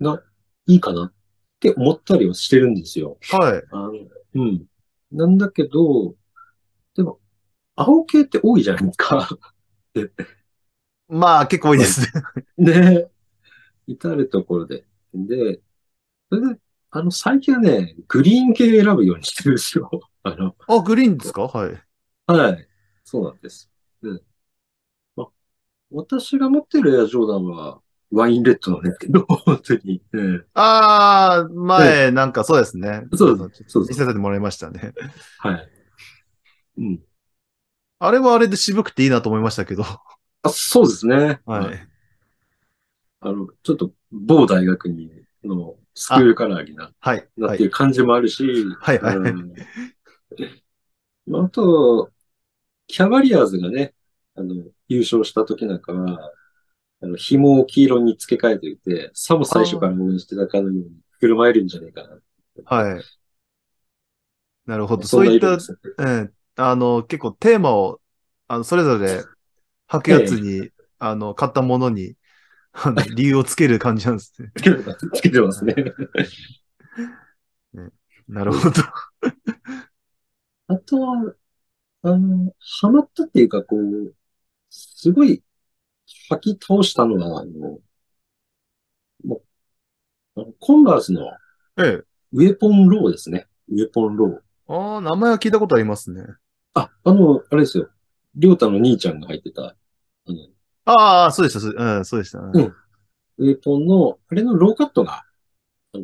B: がいいかなって思ったりはしてるんですよ。
A: はい。
B: あのうん。なんだけど、でも、青系って多いじゃないですか。
A: まあ、結構多いですね。
B: ね。至るところで。で、それで、あの、最近はね、グリーン系選ぶようにしてるんですよ。 あの、
A: あ、グリーンですかはい。
B: はい。そうなんです。うん。ま、私が持ってるエアジョーダンは、ワインレッドなんですけど、本当に。うん。
A: ああ、前、なんかそうですね。
B: そう
A: あの
B: そう
A: 見
B: です。
A: せてもらいましたね。
B: はい。うん。
A: あれはあれで渋くていいなと思いましたけど。
B: あ、そうですね。
A: は。
B: あの、ちょっと、某大学に、の、スクールカラーにな、
A: はい。
B: な
A: は
B: ってい
A: い。
B: う感じもあるし、
A: はい。はい。
B: うんまああと、キャバリアーズがね、あの、優勝した時なんかは、あの、紐を黄色に付け替えていて、さも最初から応援してたかのように、振る舞えるんじゃないかな。
A: はい。なるほど。
B: そ
A: そ
B: ん
A: う
B: ない
A: った
B: 色、ですね
A: うんあの、結構テーマを、あの、それぞれ履くやつに、あの、買ったものに、あ の理由をつける感じなんですね。
B: つけてますつけ てますね。
A: なるほど。
B: あとは、あの、ハマったっていうか、こう、すごい、吐き倒したのは、あの、もうあのコンバースの
A: ええ。
B: ウェポンローですね。ウェポンロー。
A: ああ、名前は聞いたことありますね。
B: あ、あの、あれですよ。りょうたの兄ちゃんが入ってた、あの、
A: ああ、そうでした、そううん、そうでした。
B: んウェポンの、あれのローカットが、あの、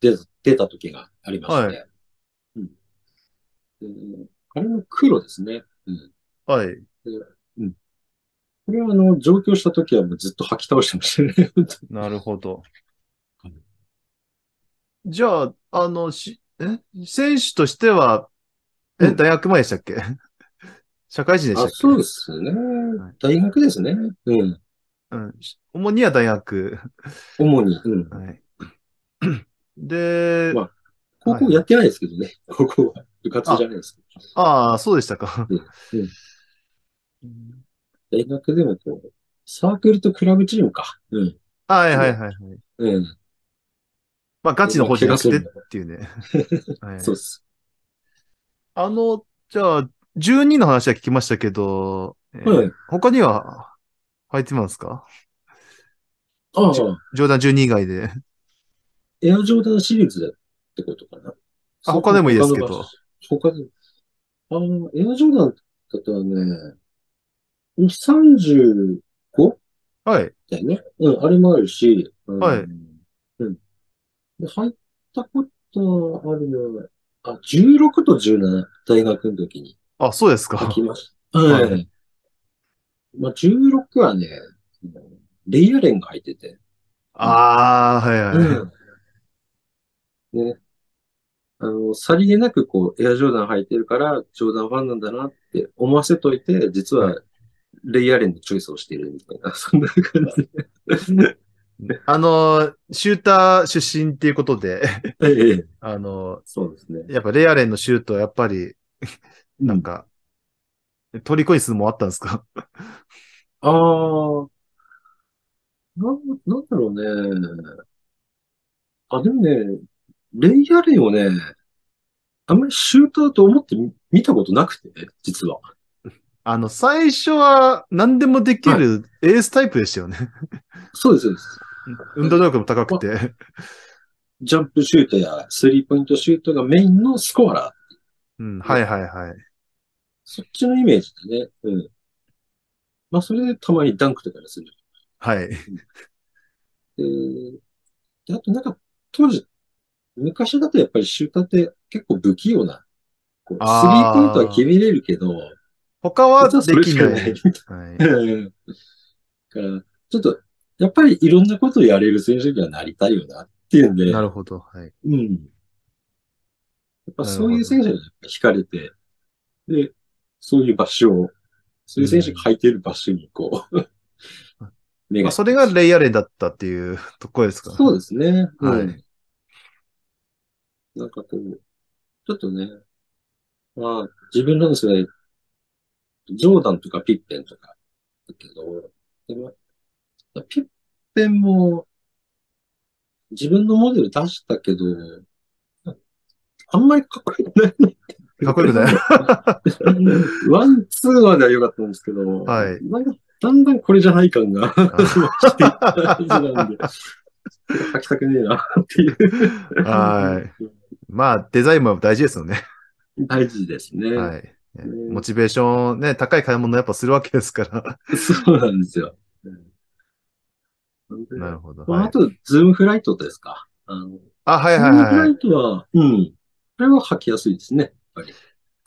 B: 出た、出た時がありまして。うんであれの黒ですね。うん。
A: はい。
B: これはあの、上京した時はもうずっと吐き倒してましたね。
A: なるほど
B: はい。
A: じゃあ、あの、し、え選手としては、え、
B: うん
A: 大学前でしたっけ 社会人でした
B: あ、
A: っけ
B: そうですね
A: い。
B: 大学ですね。うん。
A: うん。し主には大学。
B: 主に。うん。
A: はい。で、
B: ま高校やってないですけどね。 高校は。部活じゃないですけど。
A: ああ、そうでしたか。
B: うん大学でもこう、サークルとクラブチームか。うん。
A: はいはいはいはい。
B: うん。
A: まあ、ガチの方じゃなくてっていうね。はい
B: そうです。
A: あの、じゃあ、12の話は聞きましたけど、えー
B: はい。
A: 他には入ってますか
B: ああ、
A: 冗談12以外で。
B: エアジョーダンシリーズだってことかな。
A: あ他でもいいですけど
B: 他の場所。他でも。ああ、エアジョーダンだったらね、35?
A: はい。
B: だよね。うん、あれもあるし。うん
A: はい。
B: うん。で、入ったことあるのは、あ、16と17、大学の時に
A: あ、そうです
B: 書
A: か
B: き。ました。はい。
A: は
B: まあ、16はね、レイヤレンが入ってて。
A: ああ、はいはい。
B: うん。ね。あの、さりげなくこう、エアジョーダン履いてるから、ジョーダンファンなんだなって思わせといて、実は、レイヤレンのチョイスをしているみたいな、 そんな感じで。
A: あの、シューター出身っていうことで、
B: ええ、
A: あの、
B: そうですね。
A: やっぱレイアレンのシュートはやっぱり、な
B: な
A: んか、虜にするもんあったんですか
B: ああ、なん、なんだろうね。あ、でもね、レイヤーレインをね、あんまりシューターと思ってみ見たことなくて、実は。
A: あの、最初は何でもできるエースタイプでしたよね。
B: そうです、そうです。
A: 運動能力も高くて。
B: ジャンプシュートやスリーポイントシュートがメインのスコアラー。
A: うん、はいはいはい。
B: そっちのイメージでね。うん。まあ、それでたまにダンクとかにする。
A: はい。
B: えーで、あとなんか、当時、昔だとやっぱりシューターって結構不器用な、こうスリ
A: あー
B: ーポイントは決めれるけど、
A: 他は
B: 実はそ
A: で
B: れ
A: き
B: し
A: な
B: か
A: い。
B: ない。
A: はい、
B: うんから、ちょっと、やっぱりいろんなことをやれる選手にはなりたいよなっていうんで、
A: なるほど。はい。
B: うん。やっぱそういう選手に惹かれて、で、そういう場所を、そういう選手が履いてる場所にこう、目
A: ま
B: が
A: あ、それがレイアレンだったっていうところですか
B: そうですね。
A: はい
B: うん。なんかこう、ちょっとね、まあ、自分らの世代、ジョーダンとかピッペンとか、だけど、でも、ピッペンも、自分のモデル出したけど、あんまりかっこよくない。
A: かっこよくない
B: ワン、ツーまでは良かったんですけど、
A: はい
B: なんか、だんだんこれじゃない感が、 していた感じなんで、履きたくねえな、っていう。
A: はいまあ、デザインも大事ですよね。
B: 大事ですね。
A: はい。ね
B: うん
A: モチベーションね、高い買い物やっぱするわけですから。
B: そうなんですよ。 うん
A: なるほど。
B: まあ、
A: は
B: あ
A: い、
B: と、ズームフライトですか。あの
A: あ、はい
B: ズ
A: は
B: ー
A: い
B: ムフ
A: は
B: ラ
A: い。
B: イトは、うん。これは履きやすいですね。やっぱり。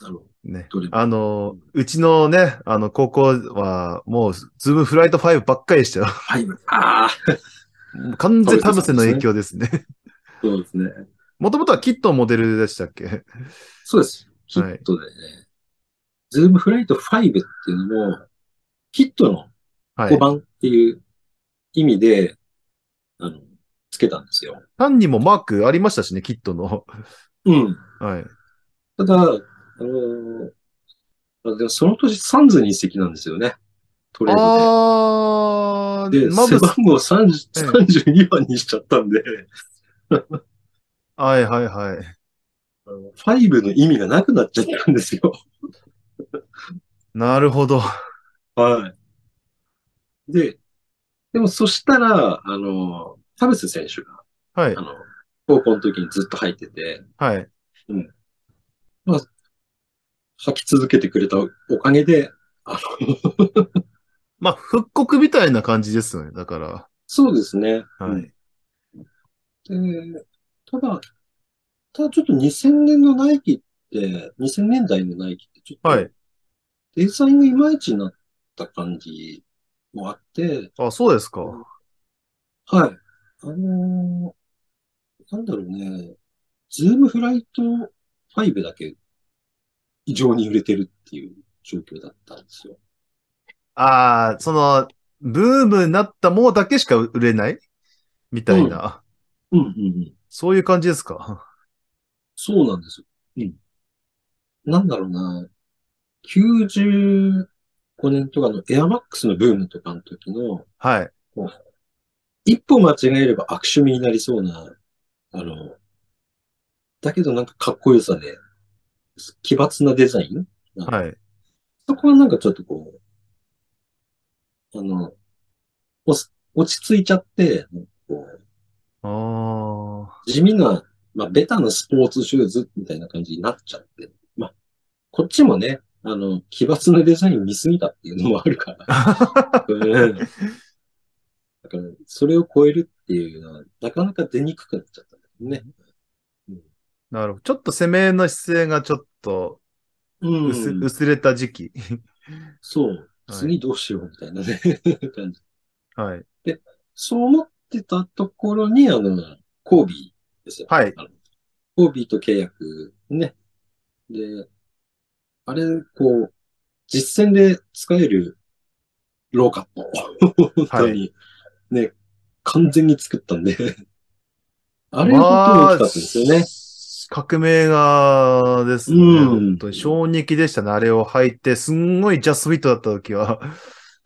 B: あの
A: ね
B: どれ、も
A: あの、うちのね、あの、高校は、もう、ズームフライト5ばっかりでしたよ。
B: ファイブ。ああ、
A: もう完全タブセの影響ですね。
B: そうですね。
A: もともとはキットのモデルでしたっ け
B: そうです。キットでね。ズームフライト5っていうのも、キットの
A: は
B: 5
A: い。
B: 番っていう意味で、あの、つけたんですよ。
A: 単にもマークありましたしね、キットの。
B: うん。
A: はい。
B: ただ、あのーあでもその年サンズに移籍なんですよね。トレードで。
A: あ
B: で、
A: ー、マ
B: 背
A: ブス、
B: 番号30
A: ええ
B: 32番にしちゃったんで、
A: はいはいはい。
B: あのファイブの意味がなくなっちゃった んですよ。
A: なるほど。
B: はい。で、でもそしたら、あの、田臥選手が、
A: はい
B: あ、の、高校の時にずっと入ってて、
A: はい。
B: 履き続けてくれたおかげで、あの、
A: まあ、復刻みたいな感じですよね。だから。
B: そうですね。
A: はい。
B: うんで、ただ、ただちょっと2000年のナイキって、2000年代のナイキって、ちょ
A: は
B: っと
A: い。
B: デザインがいまいちになった感じもあって、
A: あ、そうですか。
B: はい。あのーなんだろうね、ズームフライト5だけ異常に売れてるっていう状況だったんですよ。
A: ああ、その、ブームになったものだけしか売れないみたいな、
B: うんうんうん。
A: そういう感じですか。
B: そうなんですよ。うん。なんだろうな。95年とかのエアマックスのブームとかの時の、
A: はい。
B: 一歩間違えれば悪趣味になりそうな、あの、だけどなんかかっこよさで、奇抜なデザイン
A: はい。
B: そこはなんかちょっとこう、あの、おす落ち着いちゃって、なんかこう
A: ああ。
B: 地味な、まあ、ベタなスポーツシューズみたいな感じになっちゃって。まあ、こっちもね、あの、奇抜なデザイン見すぎたっていうのもあるから。うんだから、それを超えるっていうのは、なかなか出にくくなっちゃったんだけどね。
A: なるほど。ちょっと攻めの姿勢がちょっと
B: う
A: 薄,、薄れた時期。
B: そう。
A: はい
B: 次どうしようみたいなね、 感じ。
A: はい。
B: そう思ってたところに、あの、コービーですよ。
A: はい
B: あの。コービーと契約ね。で、あれ、こう、実戦で使えるローカット。本当に、ね、完全に作ったんで。あれが本当に大きかったですよね。
A: まあ革命がですね、
B: うん
A: 本当に衝撃でしたね。あれを履いて、すんごいジャスフィットだった時は。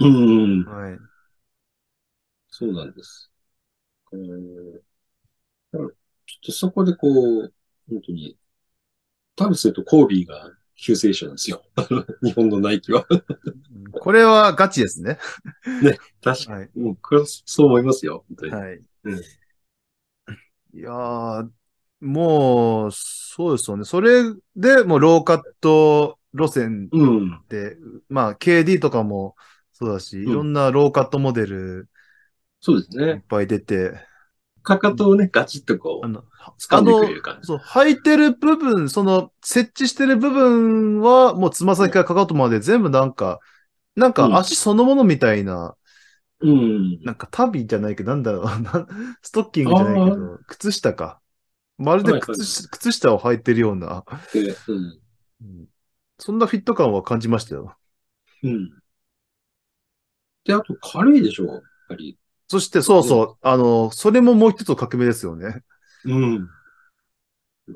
B: うん。
A: はい。
B: そうなんです。うんだからちょっとそこでこう、本当に、多分するとコービーが救世主なんですよ。 日本のナイキは。
A: これはガチですね。
B: 確か
A: はい。
B: に。うん、これはそう思いますよ。本当に。
A: はい。
B: うん
A: いやー、もう、そうですよね。それでもうローカット路線
B: うん。
A: で、まあ、KD とかもそうだし、い
B: ん
A: ろんなローカットモデル
B: そうです
A: いっ
B: ね。
A: ぱい出て、
B: かかとをね、ガチッとこ
A: あ
B: う、
A: の、
B: 掴んでくれる感じ。
A: そう、履いてる部分、その、設置してる部分は、もうつま先からかかとまで全部なんか、なん
B: うん
A: か足そのものみたいな、
B: うん。
A: なんか足袋じゃないけど、なんだろう、なストッキングじゃないけど、靴下か。まるで
B: はいはい
A: 靴し靴下を履いてるような、
B: でうん。
A: うんそんなフィット感は感じましたよ。
B: うん。で、あと軽いでしょ、やっぱり。
A: そして、そうそう、あの、それももう一つの革命ですよね。
B: うん。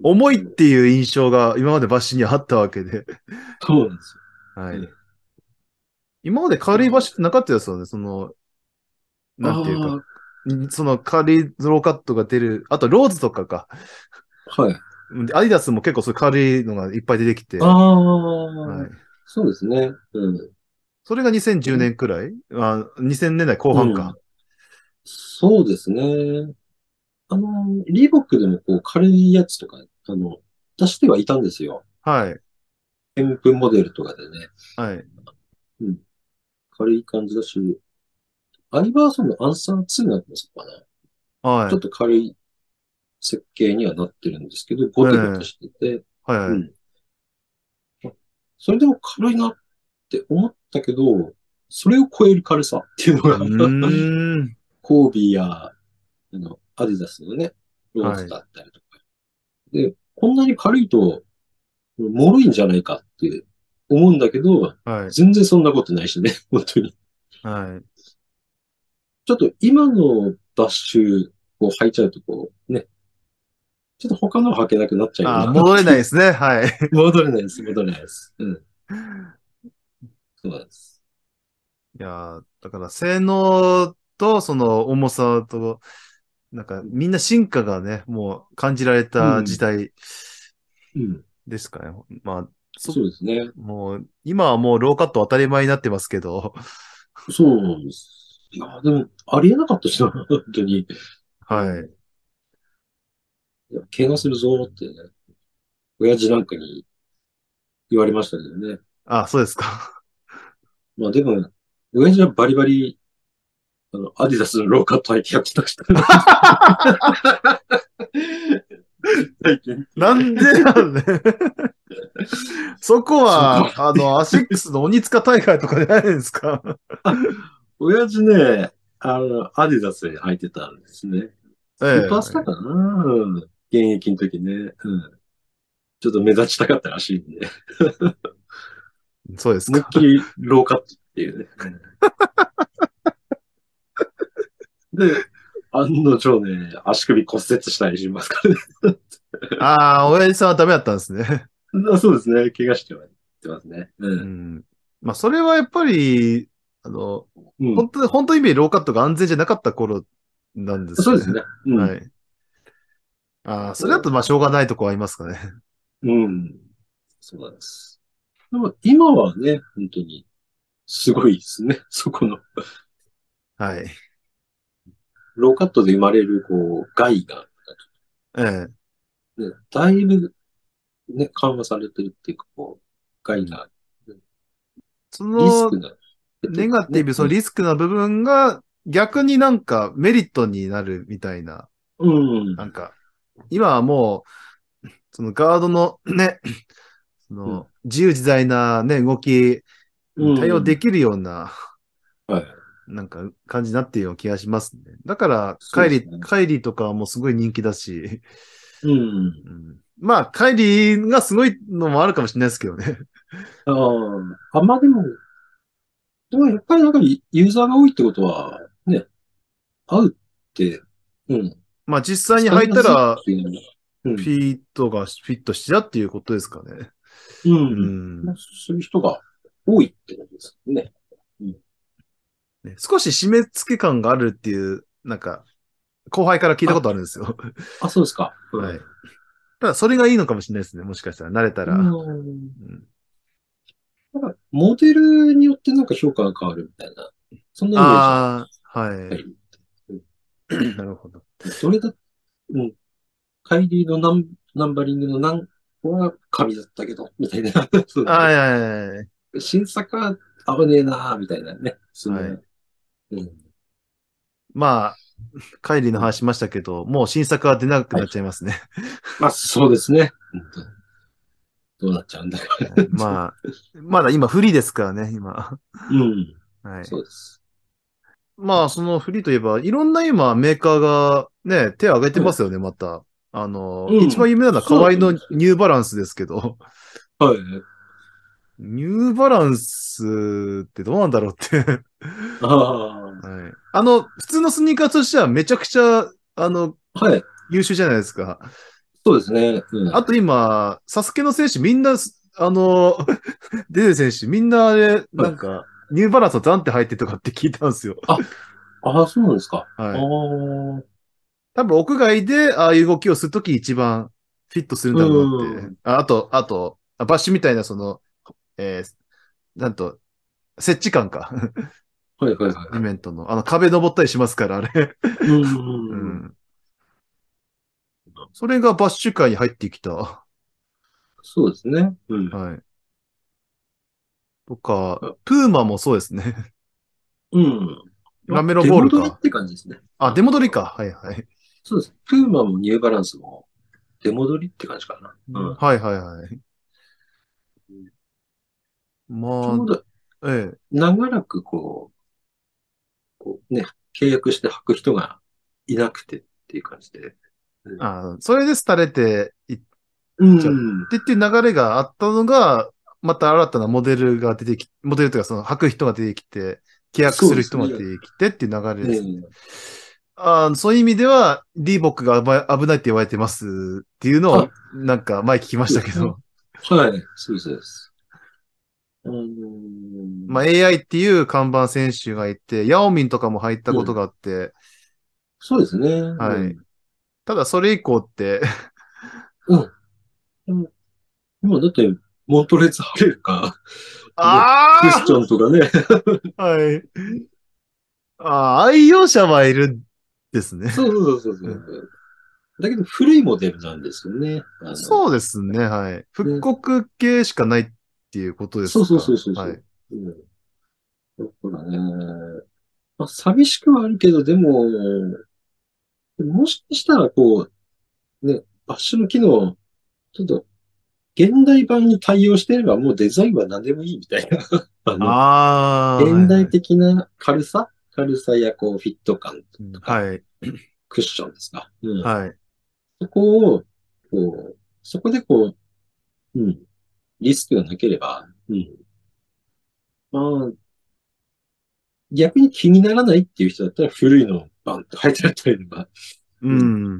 A: 重いっていう印象が今までバッシュにはあったわけで。
B: そうなんです
A: はい
B: うん。
A: 今まで軽いバッシュってなかったですよね、その、
B: よ。
A: なんていうか、その軽いローカットが出る、あとローズとかか。
B: あーはい。
A: でアディダスも結構そういう軽いのがいっぱい出てきて。
B: ああ、
A: はい
B: そうですね。うん。
A: それが2010年くらい、あ ?2000 年代後半か。
B: そうですね。あの、リーボックでもこう軽いやつとか、あの、出してはいたんですよ。
A: はい。
B: テンプモデルとかでね。
A: はい。
B: 軽い感じだし、アイバーソンのアンサー2になってますかね。
A: は
B: ちょっ
A: い。
B: と軽い設計にはなってるんですけど、ゴテゴテしてて、
A: はい。
B: うんそれでも軽いなって思ったけど、それを超える軽さっていうのが、
A: うーん。
B: コービーや、あの、アディダスのね、ローズだったりとか。で、こんなに軽いと、脆いんじゃないかって思うんだけど、
A: はい。
B: 全然そんなことないしね、 本当に。
A: はい。
B: ちょっと今のバッシュを履いちゃうとこう、ね、ちょっと他のは履けなくなっちゃうよ
A: あ
B: な
A: ー戻れないですね。はい。
B: 戻れないです、戻れないです。うん。そうなんです。
A: いやーだから性能とその重さと、なんかみんな進化がね、もう感じられた時代
B: うん。
A: ですかね。まあ、そ
B: そうですね。
A: もう、今はもうローカット当たり前になってますけど、
B: そうなんです。いや、でも、ありえなかったしな、本当に。い
A: はい。
B: や怪我するぞってね、親父なんかに言われましたけどね。
A: あ、そうですか。
B: まあでも、親父はバリバリ、あの、アディダスのローカット履いてやってたから。 体験。
A: なんでなんで そこは
B: そ、
A: あの、アシックスの鬼塚大会とかじゃないですか。
B: 親父ね、あの、アディダス履いてたんですね。
A: え
B: スーパースターかな、うん現役の時ね。うん。ちょっと目立ちたかったらしいんで。
A: そうです
B: 思いっ
A: か。
B: きりローカットっていうね。で、案の定ね、足首骨折したりしますからね。
A: ああ、親父さんはダメだったんですね。
B: あそうですね。怪我してはってますね。う。
A: うんん。まあ、それはやっぱり、あの、
B: うん
A: 本当に、本当に意味でローカットが安全じゃなかった頃なんです
B: そうですね。うん。
A: はい。ああ、それだとまあ、しょうがないとこはありますかね。
B: うん。そうなんです。でも今はね、本当に、すごいですね。 そこの、
A: はい。
B: ローカットで生まれる、こう、害が、
A: ええ。
B: ね、だいぶ、ね、緩和されてるっていうか、こう、害が、
A: そ
B: リス
A: の
B: ク、が。
A: ネガティブ、そのリスクな部分が逆になんかメリットになるみたいな、
B: うん。
A: なんか、今はもう、そのガードの ね、そうの自由自在なね、動き、
B: うん
A: 対応できるような、
B: はい。
A: なんか感じになってるような気がしますね。だから、
B: そ
A: カ
B: う
A: イ
B: です
A: リ
B: ね
A: ー、カイリーとかはもうすごい人気だし、
B: うん。
A: うんまあ、カイリーがすごいのもあるかもしれないですけどね。
B: ああ、あんまでも、でもやっぱりなんかユーザーが多いってことは、ね、合うって、うん。
A: まあ、実際に履いたら、
B: うん、
A: フィットが、フィットしてたっていうことですかね。
B: う。
A: うんん。
B: そういう人が多いってことですよね。
A: ね少し締め付け感があるっていう、なんか、後輩から聞いたことあるんですよ。
B: あ、そうですか。
A: はい。ただ、それがいいのかもしれないですね。もしかしたら、慣れたら。うん
B: うんなんかモデルによってなんか評価が変わるみたいな。そんなイメー
A: ああ、は
B: はい
A: い。なるほど。
B: ジ。どれだ、うん。カイリーのナンナンバリングの何個は神だったけど、みたいな。そう
A: ああ、いやいやいや
B: 新作は危ねえなあみたいなね。そんな
A: はい
B: うん。
A: まあ、カイリーの話しましたけど、もう新作は出なくなっちゃいます ね。
B: まあ、そうですね。本当にどうなっちゃうんだか。
A: まあ、まだ今フリーですからね、今。
B: うん。
A: はい。
B: そうです。
A: まあ、そのフリーといえば、いろんな今メーカーがね、手を挙げてますよね、また。あの、
B: うん
A: 一番有名なのは
B: そう
A: 河合の
B: そう
A: ニューバランスですけど、
B: はい。
A: ニューバランスってどうなんだろうって、はい。
B: あ
A: あの、普通のスニーカーとしてはめちゃくちゃ、あの、
B: あ。はい。
A: 優秀じゃないですか。
B: そうですね。うん、
A: あと今、サスケの選手みんな、あの、 出てる選手みんなあれ、なんか、ニューバランスのザンって入ってとかって聞いたんですよ。
B: ああ、そうなんですか。
A: はい
B: あ。あ。
A: 多分屋外でああいう動きをするとき一番フィットするんだろうなって
B: う。
A: ああと、あと、あバッシュみたいなその、えーなんと、設置感か。
B: はいはいは
A: イメントの。あの壁登ったりしますから、あれ。
B: い。うん
A: う
B: うん。
A: ん。それがバッシュ界に入ってきた。は
B: そうですね。うん。
A: い。とか、プーマもそうです ね。
B: うん。
A: ラメロボール
B: 出戻り
A: か
B: っ。て感じですね。
A: あ、出戻りか。はいはい。
B: そうです。プーマもニューバランスも出戻りって感じかな。うん。
A: はいはいはい。
B: ち
A: ま
B: ょうど
A: あ、ええ。
B: 長らくこう、こうね、契約して履く人がいなくてっていう感じで。
A: あそれで廃れていっ
B: うん
A: じゃあってっていう流れがあったのが、また新たなモデルが出てき、モデルというかその履く人が出てきて、契約する人が出てきてっていう流れです。
B: ね
A: あーそういう意味では、リーボックが危危ないって言われてますっていうのを
B: あ、
A: なんか前聞きましたけど。
B: はい、そうですそうです。うん。
A: まあ、AI っていう看板選手がいて、ヤオミンとかも入ったことがあって、
B: そうですね。
A: はい
B: うん
A: ただそれ以降って、
B: 今だって、モントレーツハレルか、
A: あ
B: クリスチョンとかね。
A: あはい。ああ、愛用者はいるんですね。
B: そうそうそうそうそう。だけど古いモデルなんですよね。あの
A: そうですね、はい。復刻系しかないっていうことですか
B: そうそうそうそうそう
A: はい。
B: うんだからね、まあ、寂しくはあるけど、でも、もしかしたら、こう、ね、バッシュの機能、ちょっと、現代版に対応してれば、もうデザインは何でもいいみたいな。あの
A: ああ。
B: 現代的な軽さ軽さや、こう、フィット感、
A: はい。
B: クッションですか。うん
A: はい。
B: そこを、こう、そこでこう、うん、リスクがなければ、うん。まあ、逆に気にならないっていう人だったら古いのバンって入ってあったりとか、
A: うん。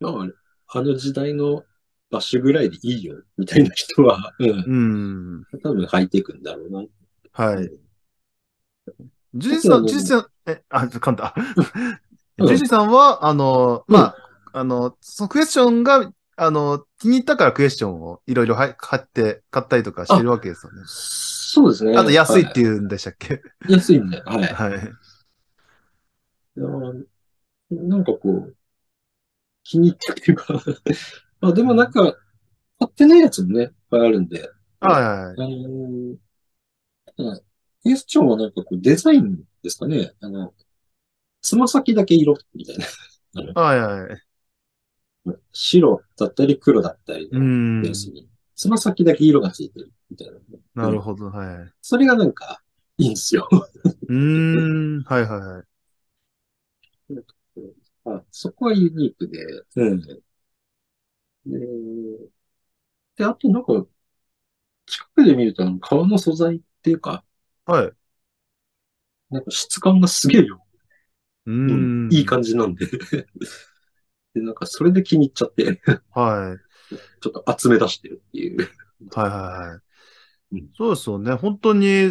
B: まあ、あの時代のバッシュぐらいでいいよ、みたいな人は、うん、
A: うん。
B: 多分入っていくんだろうな。
A: はい。ジュジさん、ジュジさん、え、あ、噛んだ。ジュジさんは、あの、
B: うん
A: まあ、あの、そのクエスチョンが、あの、気に入ったからクエスチョンをいろいろはい買って、買ったりとかしてるわけですよね。
B: そうですね。
A: あと安いっ
B: は
A: て言うんでしたっけ
B: い。安いんだよ。はい。
A: はい。
B: いやーなんかこう、気に入ったっていうか まあでもなんか、買ってないやつもね、いっぱいあるんで。
A: はいはい。
B: あのーただクエスチョンはなんかこうデザインですかね。あの、つま先だけ色みたいな。
A: はいはい。
B: 白だったり黒だったり
A: う
B: の
A: ん
B: ベ。ースに、つま先だけ色がついてるみたいな。
A: なるほど。はい。
B: それがなんか、いいんですよ。
A: うーん。はいはいはい。
B: あ、そこはユニークで。うん。で、で、あとなんか、近くで見ると、あの、革の素材っていうか、
A: はい。う
B: なんか質感がすげえよ。
A: ー。
B: うんいい感じなんで。 で、なんかそれで気に入っちゃって、
A: はい。
B: ちょっと集め出してるっていう。
A: はいはいは
B: う
A: い
B: ん。
A: そうですよね。本当に、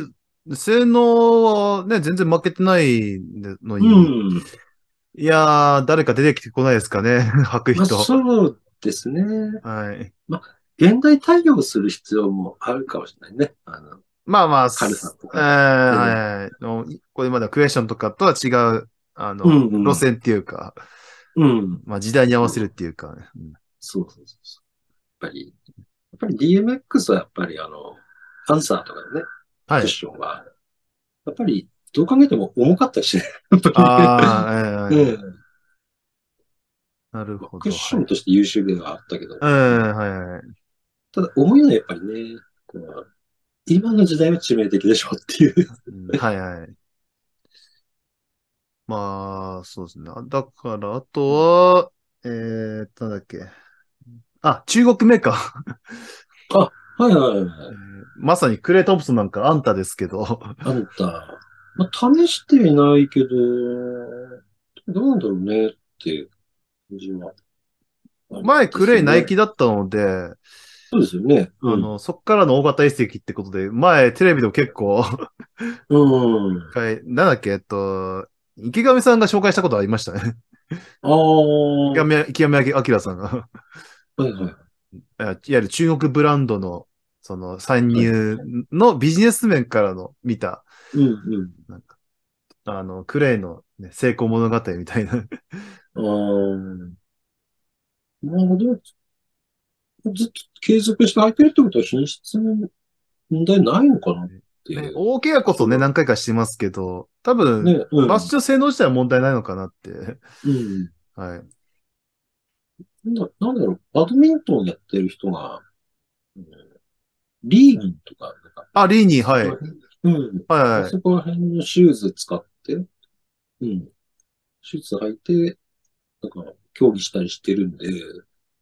A: 性能はね、全然負けてないの
B: う
A: に。
B: ん。
A: いやー、誰か出てきてこないですかね。 履く
B: まあ、
A: 人。
B: そうですね。
A: はい。
B: 現代対応する必要もあるかもしれないね。あの、
A: まあまあ、す
B: 軽さと
A: えー、
B: か。
A: はいはいの。これまだクエスチョンとかとは違う、あの、
B: うんうん
A: 路線っていうか、
B: うん。
A: まあ時代に合わせるっていうか、ね。うん
B: そうそうそうそう。やっぱり、やっぱり DMX はやっぱりあの、アンサーとかのね、
A: は
B: クッ
A: い。
B: ションは、やっぱりどう考えても重かったりしね。
A: ああ、えーはい
B: うん
A: なるほど。
B: クッションとして優秀ではあったけど、
A: うん、はいはいはい。
B: ただ重いのはやっぱりね、こう今の時代は致命的でしょっていう。
A: うんはいはい。 まあ、そうですね。だから、あとは、えー、なんだっけ。あ、中国メーカー。
B: はいはいは
A: え
B: い。
A: ー まさにクレイ・トンプソンなんかあんたですけど。
B: あんた、まあ、試していないけど、どうなんだろうねっていう感じは。
A: 前、クレイ、ナイ
B: キ。
A: キだったので、
B: そうですよね。
A: あの、そっからの大型移籍ってことで、前、テレビでも結構、
B: うん。うん。
A: 一回なんだっけ、えっと、池上さんが紹介したことありましたね。
B: ああ。
A: 池上、池上明さんが。
B: はいはい。
A: いわゆる中国ブランドの、その、参入のビジネス面からの見た、
B: うん
A: なんか、あの、クレイの、ね、成功物語みたいな。
B: うん。ああ。なるほど。ずっと継続して開いてるってことは品質の問題ないのかなっていう。
A: 大怪我こそね、何回かしてますけど、多分、
B: ね、うん。
A: バッシュ性能自体は問題ないのかなって。
B: うん。
A: はい。
B: なんだなんだろう、バドミントンやってる人が、うんリーグンとか、なんか、
A: あ、リーニー、はい。はい
B: うん。
A: はいはい。
B: そこら辺のシューズ使って、うん。シューズ履いて、なんか、競技したりしてるんで、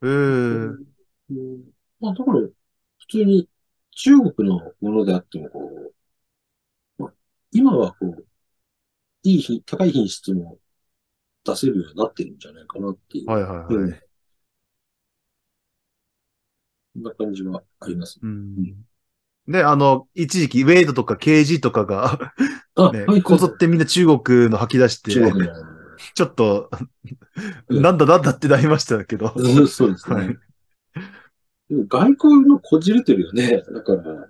A: うー。
B: うんまあ、だから、普通に中国のものであっても、こう、まあ、今はこう、いい品、高い品質も出せるようになってるんじゃないかなっていう、
A: はいはい
B: うん
A: はい。
B: そんな感じはあります。
A: うんね、あの、一時期、ウェイドとか KG とかが、
B: あ、
A: ね
B: は、い、
A: こぞってみんな中国の吐き出して、
B: 中国の。
A: ちょっと、
B: うん
A: なんだなんだってなりましたけど。
B: そうそうですね。
A: はい
B: でも外交のこじれてるよね。だから、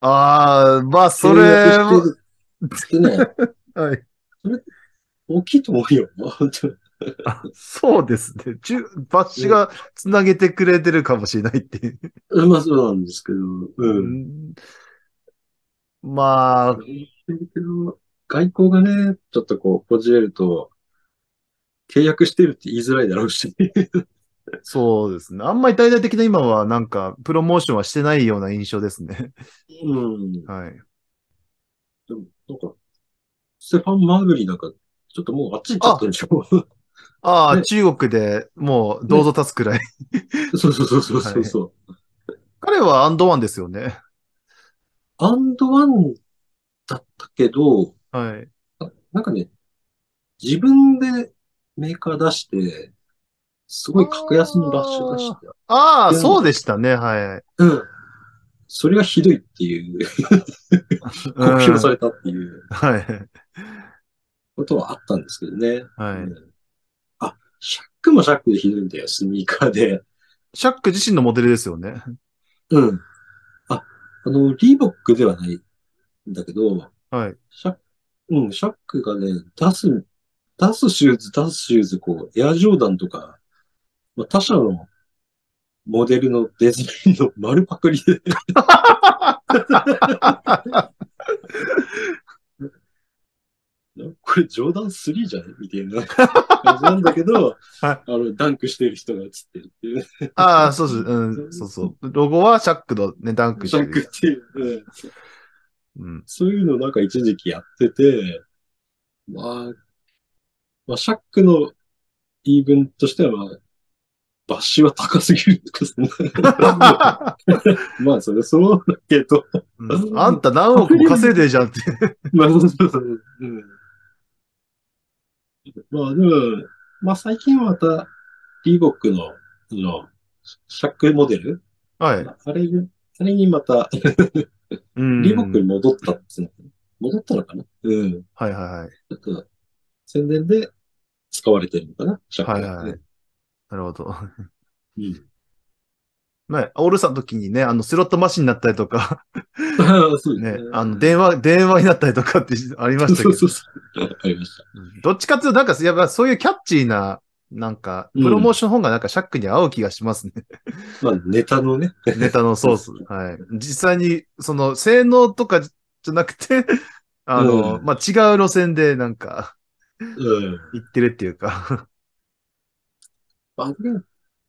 A: ああ、まあ、それは、
B: 制約してるってね、
A: はい。
B: 大きいと思うよ。本当に
A: あそうですね。中、バッシュがつなげてくれてるかもしれないっていう。
B: うんまあそうなんですけど、うん。
A: まあ、
B: けど外交がね、ちょっとこう、こじれると、契約してるって言いづらいだろうし。
A: そうですね。あんまり大々的な今は、なんか、プロモーションはしてないような印象ですね。
B: うん。で
A: はい。
B: も、なんか、ステファン・マーグリーなんか、ちょっともうあっち行っちゃったんでしょ
A: ああ、
B: ね
A: 中国でもう、銅像立つくらい。
B: そうそうそうそうそうそう。
A: 彼はアンドワンですよね。
B: アンドワンだったけど、
A: はい。
B: なんかね、自分でメーカー出して、すごい格安のラッシュ出して、
A: ああ、
B: でも
A: そうでしたね。はい。
B: うん。それがひどいっていう、酷評されたっていう
A: はい。
B: ことはあったんですけどね。
A: は
B: うんあ、シャックもシャックでひどいんだよ、スニーカーで。
A: い。シャック自身のモデルですよね。
B: うん。あ、あの、リーボックではないんだけど、
A: はい。
B: シャック、うん、シャックがね、出す、出すシューズ、出すシューズ、こう、エアジョーダンとか、まあ、他社のモデルのデザインの丸パクリで、 これジョーダン3じゃねみたいな感じなんだけ ど、あの、ダンクしてる人が映ってるっていう。
A: ああ、そうです。うん、そうそう。ロゴはシャックのね、ダンクし
B: シ
A: て
B: ャックっ
A: る。
B: ていう。うん
A: うん。
B: そういうのなんか一時期やってて、まあ、まあ、シャックの言い分としては、まあ、バッシュは高すぎるとかそ んなまあ、それそうだけど、
A: うんあんた何億も稼いでるじ ゃんって。
B: まあ、そうそうそう。うん、まあ、でも、まあ、最近はまた、リーボックの、あの、シャックモデル
A: はい。
B: あれ、あれにまた、
A: うん
B: リーボックに戻ったっつうの戻ったのかなうん。
A: はいはいはい。
B: ちょっと、宣伝で使われてるのかなシャックが
A: はいはいなるほど。
B: うん。
A: ね、オールさんの時にね、あの、スロットマシンになったりと か、
B: そうで
A: ね
B: すね、。
A: あの、電話、電話になったりとかってありましたけ
B: そ
A: ど
B: う、そうそう。わかりました。
A: うんどっちかっていうと、なんか、やっぱそういうキャッチーな、なんか、プロモーションの方がなんかシャックに合う気がします ね。
B: まあ、ネタのね。
A: ネタのソース。はい。実際に、その、性能とかじゃなくて、 あの、
B: うん
A: まあ、違う路線でなんか、
B: うん。
A: 行ってるっていうか。
B: まあ、だか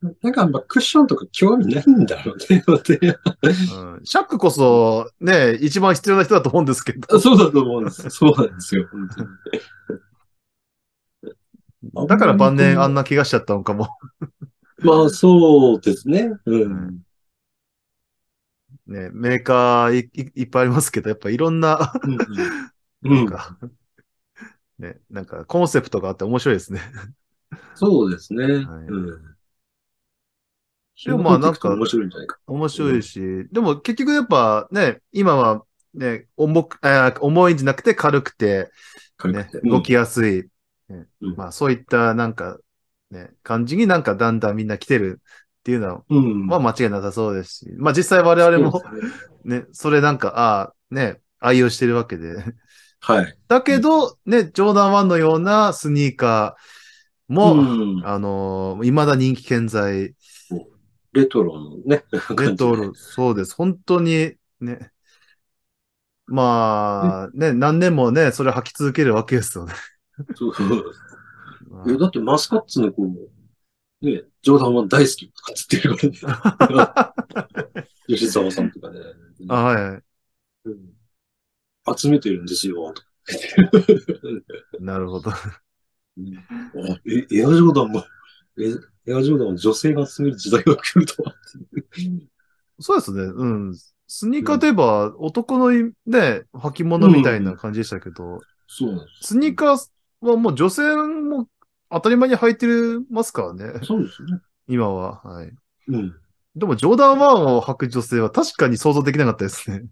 B: らなんかあんまクッションとか興味ないんだろうね。
A: うんシャックこそ、ね、一番必要な人だと思うんですけど。
B: そうだと思うんです。そうなんですよ。本当に
A: だから晩年あん
B: な。
A: な怪我しちゃったのかも。
B: まあ、そうですね。うん。
A: ね、メーカーいいいっぱいありますけど、やっぱいろんな、
B: うん。
A: な
B: うんん。
A: か、ね、なんかコンセプトがあって面白いですね。
B: そうですね。
A: はい
B: うん。
A: でもまあなんか
B: 面白いんじゃないか。
A: 面白いし、でも結局やっぱね、今はね、重く、えー重いんじゃなくて軽くて、
B: 軽
A: ね
B: くて、
A: 動きやすい、ね
B: うん
A: まあそういったなんか、ね、感じになんかだんだんみんな来てるっていうの
B: うん。
A: は間違いなさそうですし、まあ実際我々も
B: そうですね
A: ね、それなんか、ああ、ね、愛用してるわけで。
B: はい。
A: だけど、ね、ジョーダン1のようなスニーカーも、
B: うん、
A: あのー未だ人気健在、
B: レトロのね。
A: レト
B: 感
A: ロ、そうです。本当に、ね。まあ、ね、何年もね、それ履き続けるわけですよね。
B: じで。そういやだってマスカッツのこう、ね、ジョーダンは大好きとかつってるから ね。吉沢さんとかね。
A: あは
B: うん集めてるんですよ、とか言って
A: い。なるほど。
B: あえエアジョーダンも、えエアジョーダンを女性が集める時代が来るとは。
A: そうですね。うん。スニーカーといえば、男のいね、履物みたいな感じでしたけど、
B: そうなんで
A: スニーカーはもう女性も当たり前に履いてますから ね。
B: す。そうですね。
A: 今は。はい。
B: うん。
A: でも、ジョーダン1を履く女性は確かに想像できなかったですね。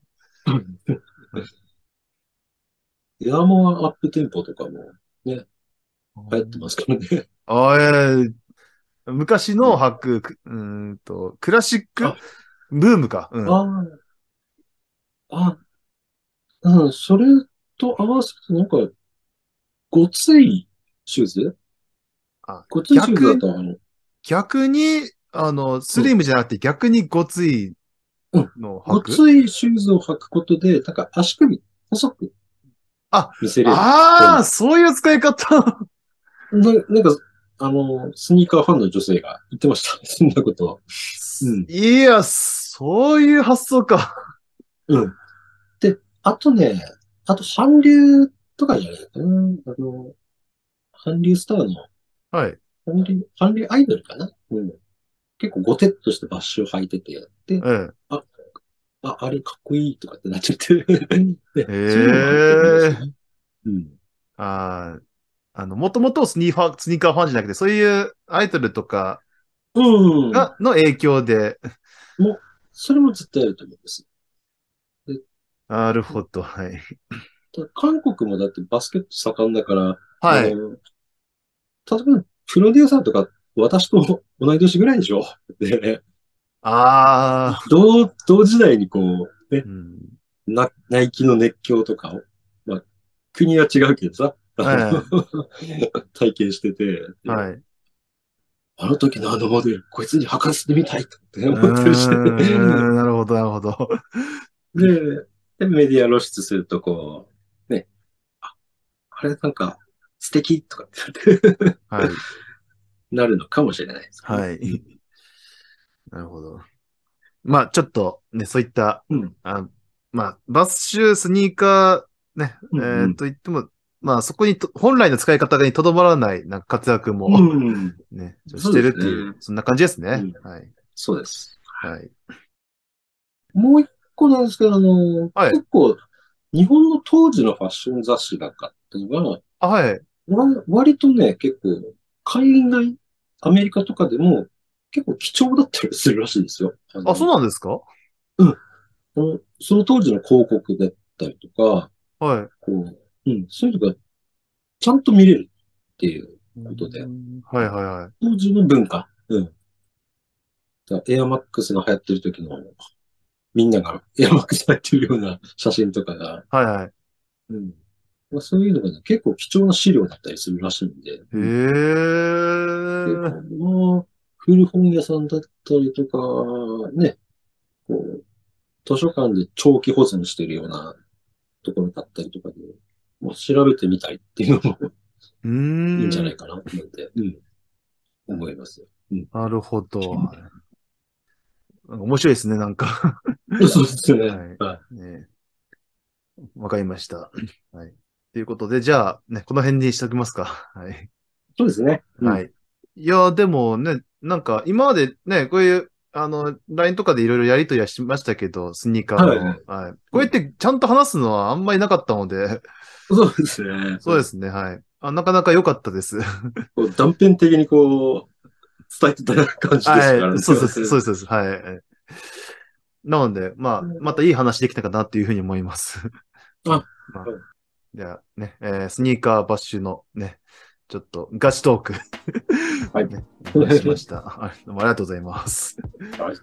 B: エアモアアップテンポとかも流行ってますからね。
A: あえー昔のハック、くうーんと、クラシック
B: あ
A: ブームか。うん。
B: ああ。あ、うん、それと合わせて、なんか、ごついシューズ
A: あ
B: ごついシューズだと、あの、
A: 逆に、あの、スリムじゃなくて逆にごついのを
B: ご
A: 履く。
B: ついシューズを履くことで、なんか足首、細く
A: あ
B: 見せれる。
A: ああ、そういう使い方。
B: ななんか、あの、スニーカーファンの女性が言ってました。 そんなことは。うん
A: いや、そういう発想か。
B: うん。で、あとね、あと韓流とかじゃないかな。あの、韓流スターの、
A: はい。
B: 韓流、韓流アイドルかな。うん。結構ゴテッとしてバッシュを履いてて、で、
A: え
B: あ、あれかっこいいとかってなっちゃってる。で
A: え
B: そういうのもあったりもしてねうん。
A: え。あーあの、もともとスニーファースニーカーファンじゃなくて、そういうアイドルとか
B: うん。
A: が、の影響で。
B: それも絶対あると思うんです。
A: なるほど、はい。
B: ただ韓国もだってバスケット盛んだから、
A: は
B: あ
A: い。
B: の。例えば、プロデューサーとか、私と同い年ぐらいでしょ。で、
A: ああ、
B: 同、同時代にこう、ね、
A: うん。
B: な、ナイキの熱狂とかを、まあ、国は違うけどさ、
A: は
B: 体験してて、
A: い。はい。
B: あの時のあのモデル、こいつに履かせてみたいって
A: う
B: 思って るし、
A: ーんなるほど、なるほど。
B: で、でメディア露出するとこう、ね、あ、あれなんか素敵とかって
A: はい。
B: なるのかもしれないです、
A: はい。 なるほど。まあ、ちょっと、ね、そういった、
B: うん
A: あまあ、バスシュー、スニーカー、ね、
B: うんうん
A: えーと言っても、まあ、そこにと、本来の使い方にとどまらない、なんか活躍も、
B: うん、
A: ね、してるってい
B: そう
A: う、
B: ですね
A: そんな感じですね。
B: う
A: はい。
B: そうです。
A: はい。
B: もう一個なんですけど、あの、
A: はい
B: 結構、日本の当時のファッション雑誌なんかっていうのが、
A: あ、はい。
B: わ割とね、結構、海外、アメリカとかでも、結構貴重だったりするらしいんですよ。あ
A: あ、そうなんですか
B: なのその当時の広告だったりとか、
A: は
B: こう、うん、そういうのが、ちゃんと見れるっていう、
A: い。
B: ことで
A: はいはいはい。
B: 当時の文化。うん。だからエアマックスが流行ってる時の、みんながエアマックス入ってるような写真とかが、
A: はいはい。
B: うんまあ、そういうのが、ね、結構貴重な資料だったりするらしいんで、
A: へ
B: で
A: ー。
B: まあ、古本屋さんだったりとか、ね、こう、図書館で長期保存してるようなところだったりとかで、まあ、調べてみたりっていうのも
A: うー
B: い
A: ん。
B: いんじゃないかなと思って、うん、思います。
A: なるほど。なんか面白いですね、なんか。
B: そうですね。
A: はい
B: はい
A: ねえわかりました。はい。ということで、じゃあ、ね、この辺にしておきますか。はい。
B: そうですね。。
A: はいい。いやー、でもね、なんか、今までね、こういう、あの、LINE とかでいろいろやりとりはしましたけど、スニーカーの。
B: はい
A: はい。こうやってちゃんと話すのはあんまりなかったので、
B: そうですね。。
A: そうですすね、はい。あなかなか良かったです。は
B: こう断片的にこう、伝えてた感じですからね。
A: い。そうです、そうです、そうです。はい。なので、まあ、またいい話できたかなというふうに思います。
B: あ
A: まあ
B: うん
A: じゃあね、えースニーカーバッシュのね、ちょっとガチトーク
B: はい
A: ねお願いしました。あどうもありがとうございます。
B: はい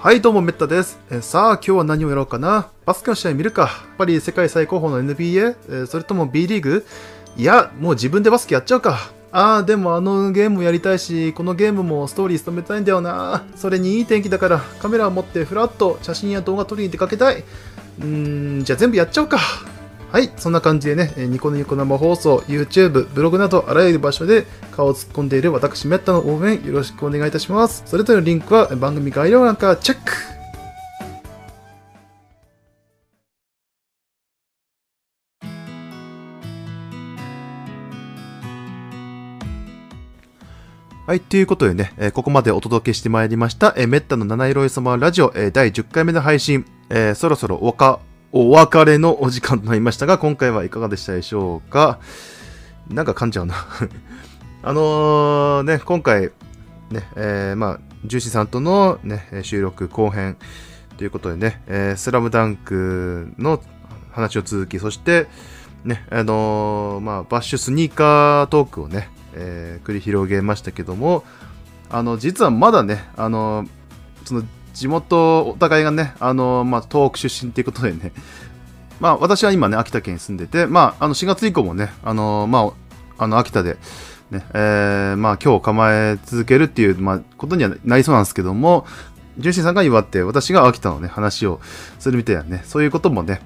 A: はい、どうも、めったです。えーさあ、今日は何をやろうかなバスケの試合見るかやっぱり世界最高峰の NBA? えーそれとも B リーグいや、もう自分でバスケやっちゃうか。ああ、でもあのゲームもやりたいし、このゲームもストーリー務めたいんだよな。それにいい天気だから、カメラを持ってふらっと写真や動画撮りに出かけたい。うーん、じゃあ全部やっちゃおうか。はい、そんな感じでね、えーニコニコ生放送、YouTube、ブログなどあらゆる場所で顔を突っ込んでいる私、メッタの応援よろしくお願いいたします。それぞれのリンクはえー番組概要欄からチェックはい、ということでね、えーここまでお届けしてまいりました、えー、めったの七色い様ラジオ、えー第10回目の配信。えーそろそろおかお別れのお時間となりましたが、今回はいかがでしたでしょうかなんか噛んじゃうな。 あのーね、今回、ね、えーまあ、ジューシーさんとの、ね、えー収録後編ということでね、えースラムダンクの話を続き、そして、ね、あのーまあ、バッシュスニーカートークをね、えー繰り広げましたけども、あの、実はまだね、あのーその、地元、お互いがね、あのーまあ、東北出身ということでね、 まあ、私は今ね、秋田県に住んでて、まあ、あの、4月以降もね、あのーまあ、あの、秋田で、ね、えーまあ、今日構え続けるっていう、まあ、ことにはなりそうなんですけども、ジュンシーさんが祝って、私が秋田のね、話をするみたいなね、そういうこともね、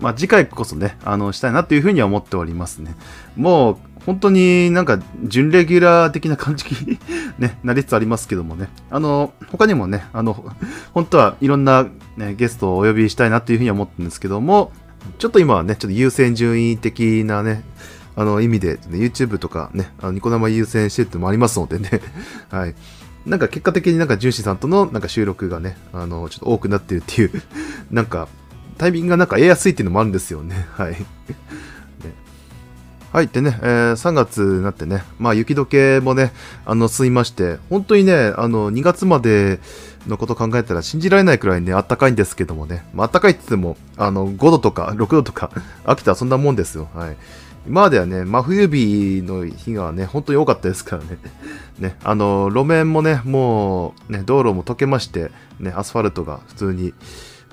A: まあ、次回こそね、あの、したいなっていうふうには思っておりますね。もう、本当になんか、準レギュラー的な感じに ね、なりつつありますけどもね。あの、他にもね、あの、本当はいろんな、ね、ゲストをお呼びしたいなっていうふうには思ってるんですけども、ちょっと今はね、ちょっと優先順位的なね、あの意味で、ね、YouTube とかね、あのニコ生優先してるってのもありますのでね、 はい。なんか結果的になんかジュンシーさんとのなんか収録がね、あの、ちょっと多くなってるっていう、なんか、タイミングがなんか得やすいっていうのもあるんですよね、 はい。ねはい。でね、えー3月になってね、まあ雪解けもね、あの、吸いまして、本当にね、あの、2月までのこと考えたら信じられないくらいね、あったかいんですけどもね、まああったかいって言っても、あの、5度とか6度とか、 秋田はそんなもんですよ、はい。今まではね、真冬日の日がね、本当に多かったですからね。 ね、あの、路面もね、もう、ね、道路も溶けまして、ね、アスファルトが普通に、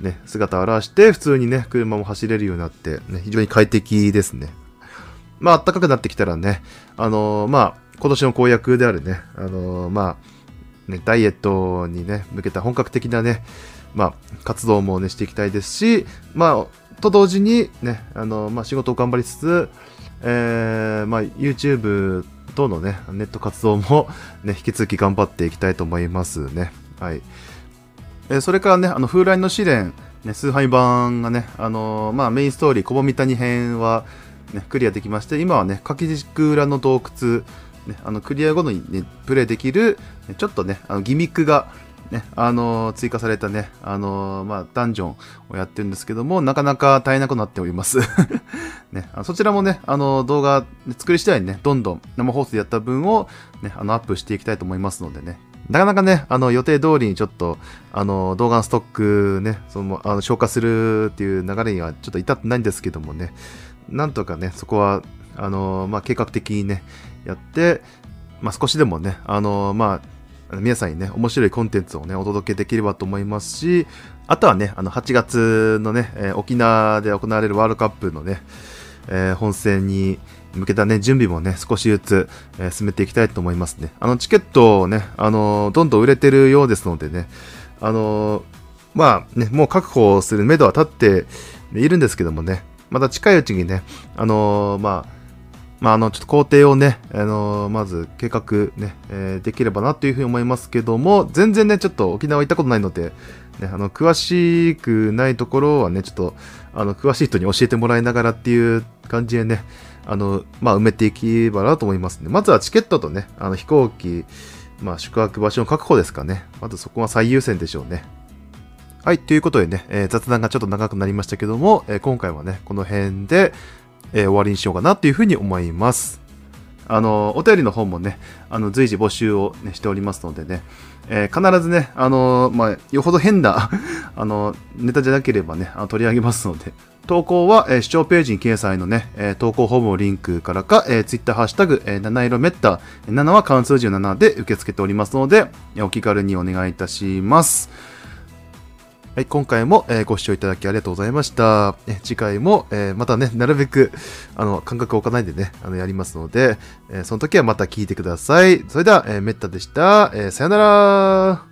A: ね、姿を現して、普通にね、車も走れるようになって、ね、非常に快適ですね。まあ、暖かくなってきたらね、あのまあ、今年の公約であるね、あのまあ、ね、ダイエットにね、向けた本格的なね、まあ、活動もね、していきたいですし、まあ、と同時にね、あのまあ、仕事を頑張りつつ、えーまあ、YouTube とのね、ネット活動も、ね、引き続き頑張っていきたいと思いますね。はい。えーそれからね、あの、風来の試練、ね、崇拝版がね、あのーまあ、メインストーリー、小ボミ谷編は、ね、クリアできまして、今はね、柿軸裏の洞窟、ね、あの、クリア後に、ね、プレイできる、ねちょっとね、あのギミックが、ね、あのー追加されたね、あのーまあ、ダンジョンをやってるんですけども、なかなか大変なことになっております。 ね、あそちらもね、あの動画作り次第にね、どんどん生放送でやった分を、ね、あのアップしていきたいと思いますのでね。なかなかね、あの予定通りにちょっと、あの動画のストックね、そのあの消化するっていう流れにはちょっと至ってないんですけどもね、なんとかね、そこは、あのまあ、計画的にね、やって、まあ、少しでもね、あのまあ、あの皆さんにね、面白いコンテンツをね、お届けできればと思いますし、あとはね、あの、8月のね、えー沖縄で行われるワールドカップのね、えー本戦に向けたね、準備もね、少しずつ、えー進めていきたいと思いますね。あの、チケットをね、あのーどんどん売れてるようですのでね、あのーまあね、もう確保する目処は立っているんですけどもね、また近いうちにね、あのーまあ、まあ、あの、ちょっと工程をね、あのーまず計画ね、えーできればなというふうに思いますけども、全然ね、ちょっと沖縄行ったことないので、ね、あの、詳しくないところはね、ちょっと、あの、詳しい人に教えてもらいながらっていう感じでね、あの、まあ、埋めていけばなと思いますね。まずはチケットとね、あの、飛行機、まあ、宿泊場所の確保ですかね。まずそこが最優先でしょうね。はい、ということでね、えー雑談がちょっと長くなりましたけども、えー今回はね、この辺で、えー終わりにしようかなというふうに思います。あの、お便りの方もね、あの、随時募集を、ね、しておりますのでね、えー必ずね、あの、まあ、よほど変な、 あの、ネタじゃなければね、あの取り上げますので、投稿は、えー視聴ページに掲載のね、えー投稿フォームのリンクからか、えー、Twitter ハッシュタグ、えー七色めった、7は関数字の7で受け付けておりますので、えーお気軽にお願いいたします。はい、今回も、えーご視聴いただきありがとうございました。え次回も、えーまたね、なるべく、あの、間隔を置かないでね、あの、やりますので、えーその時はまた聞いてください。それでは、えー、めったでした。えーさよなら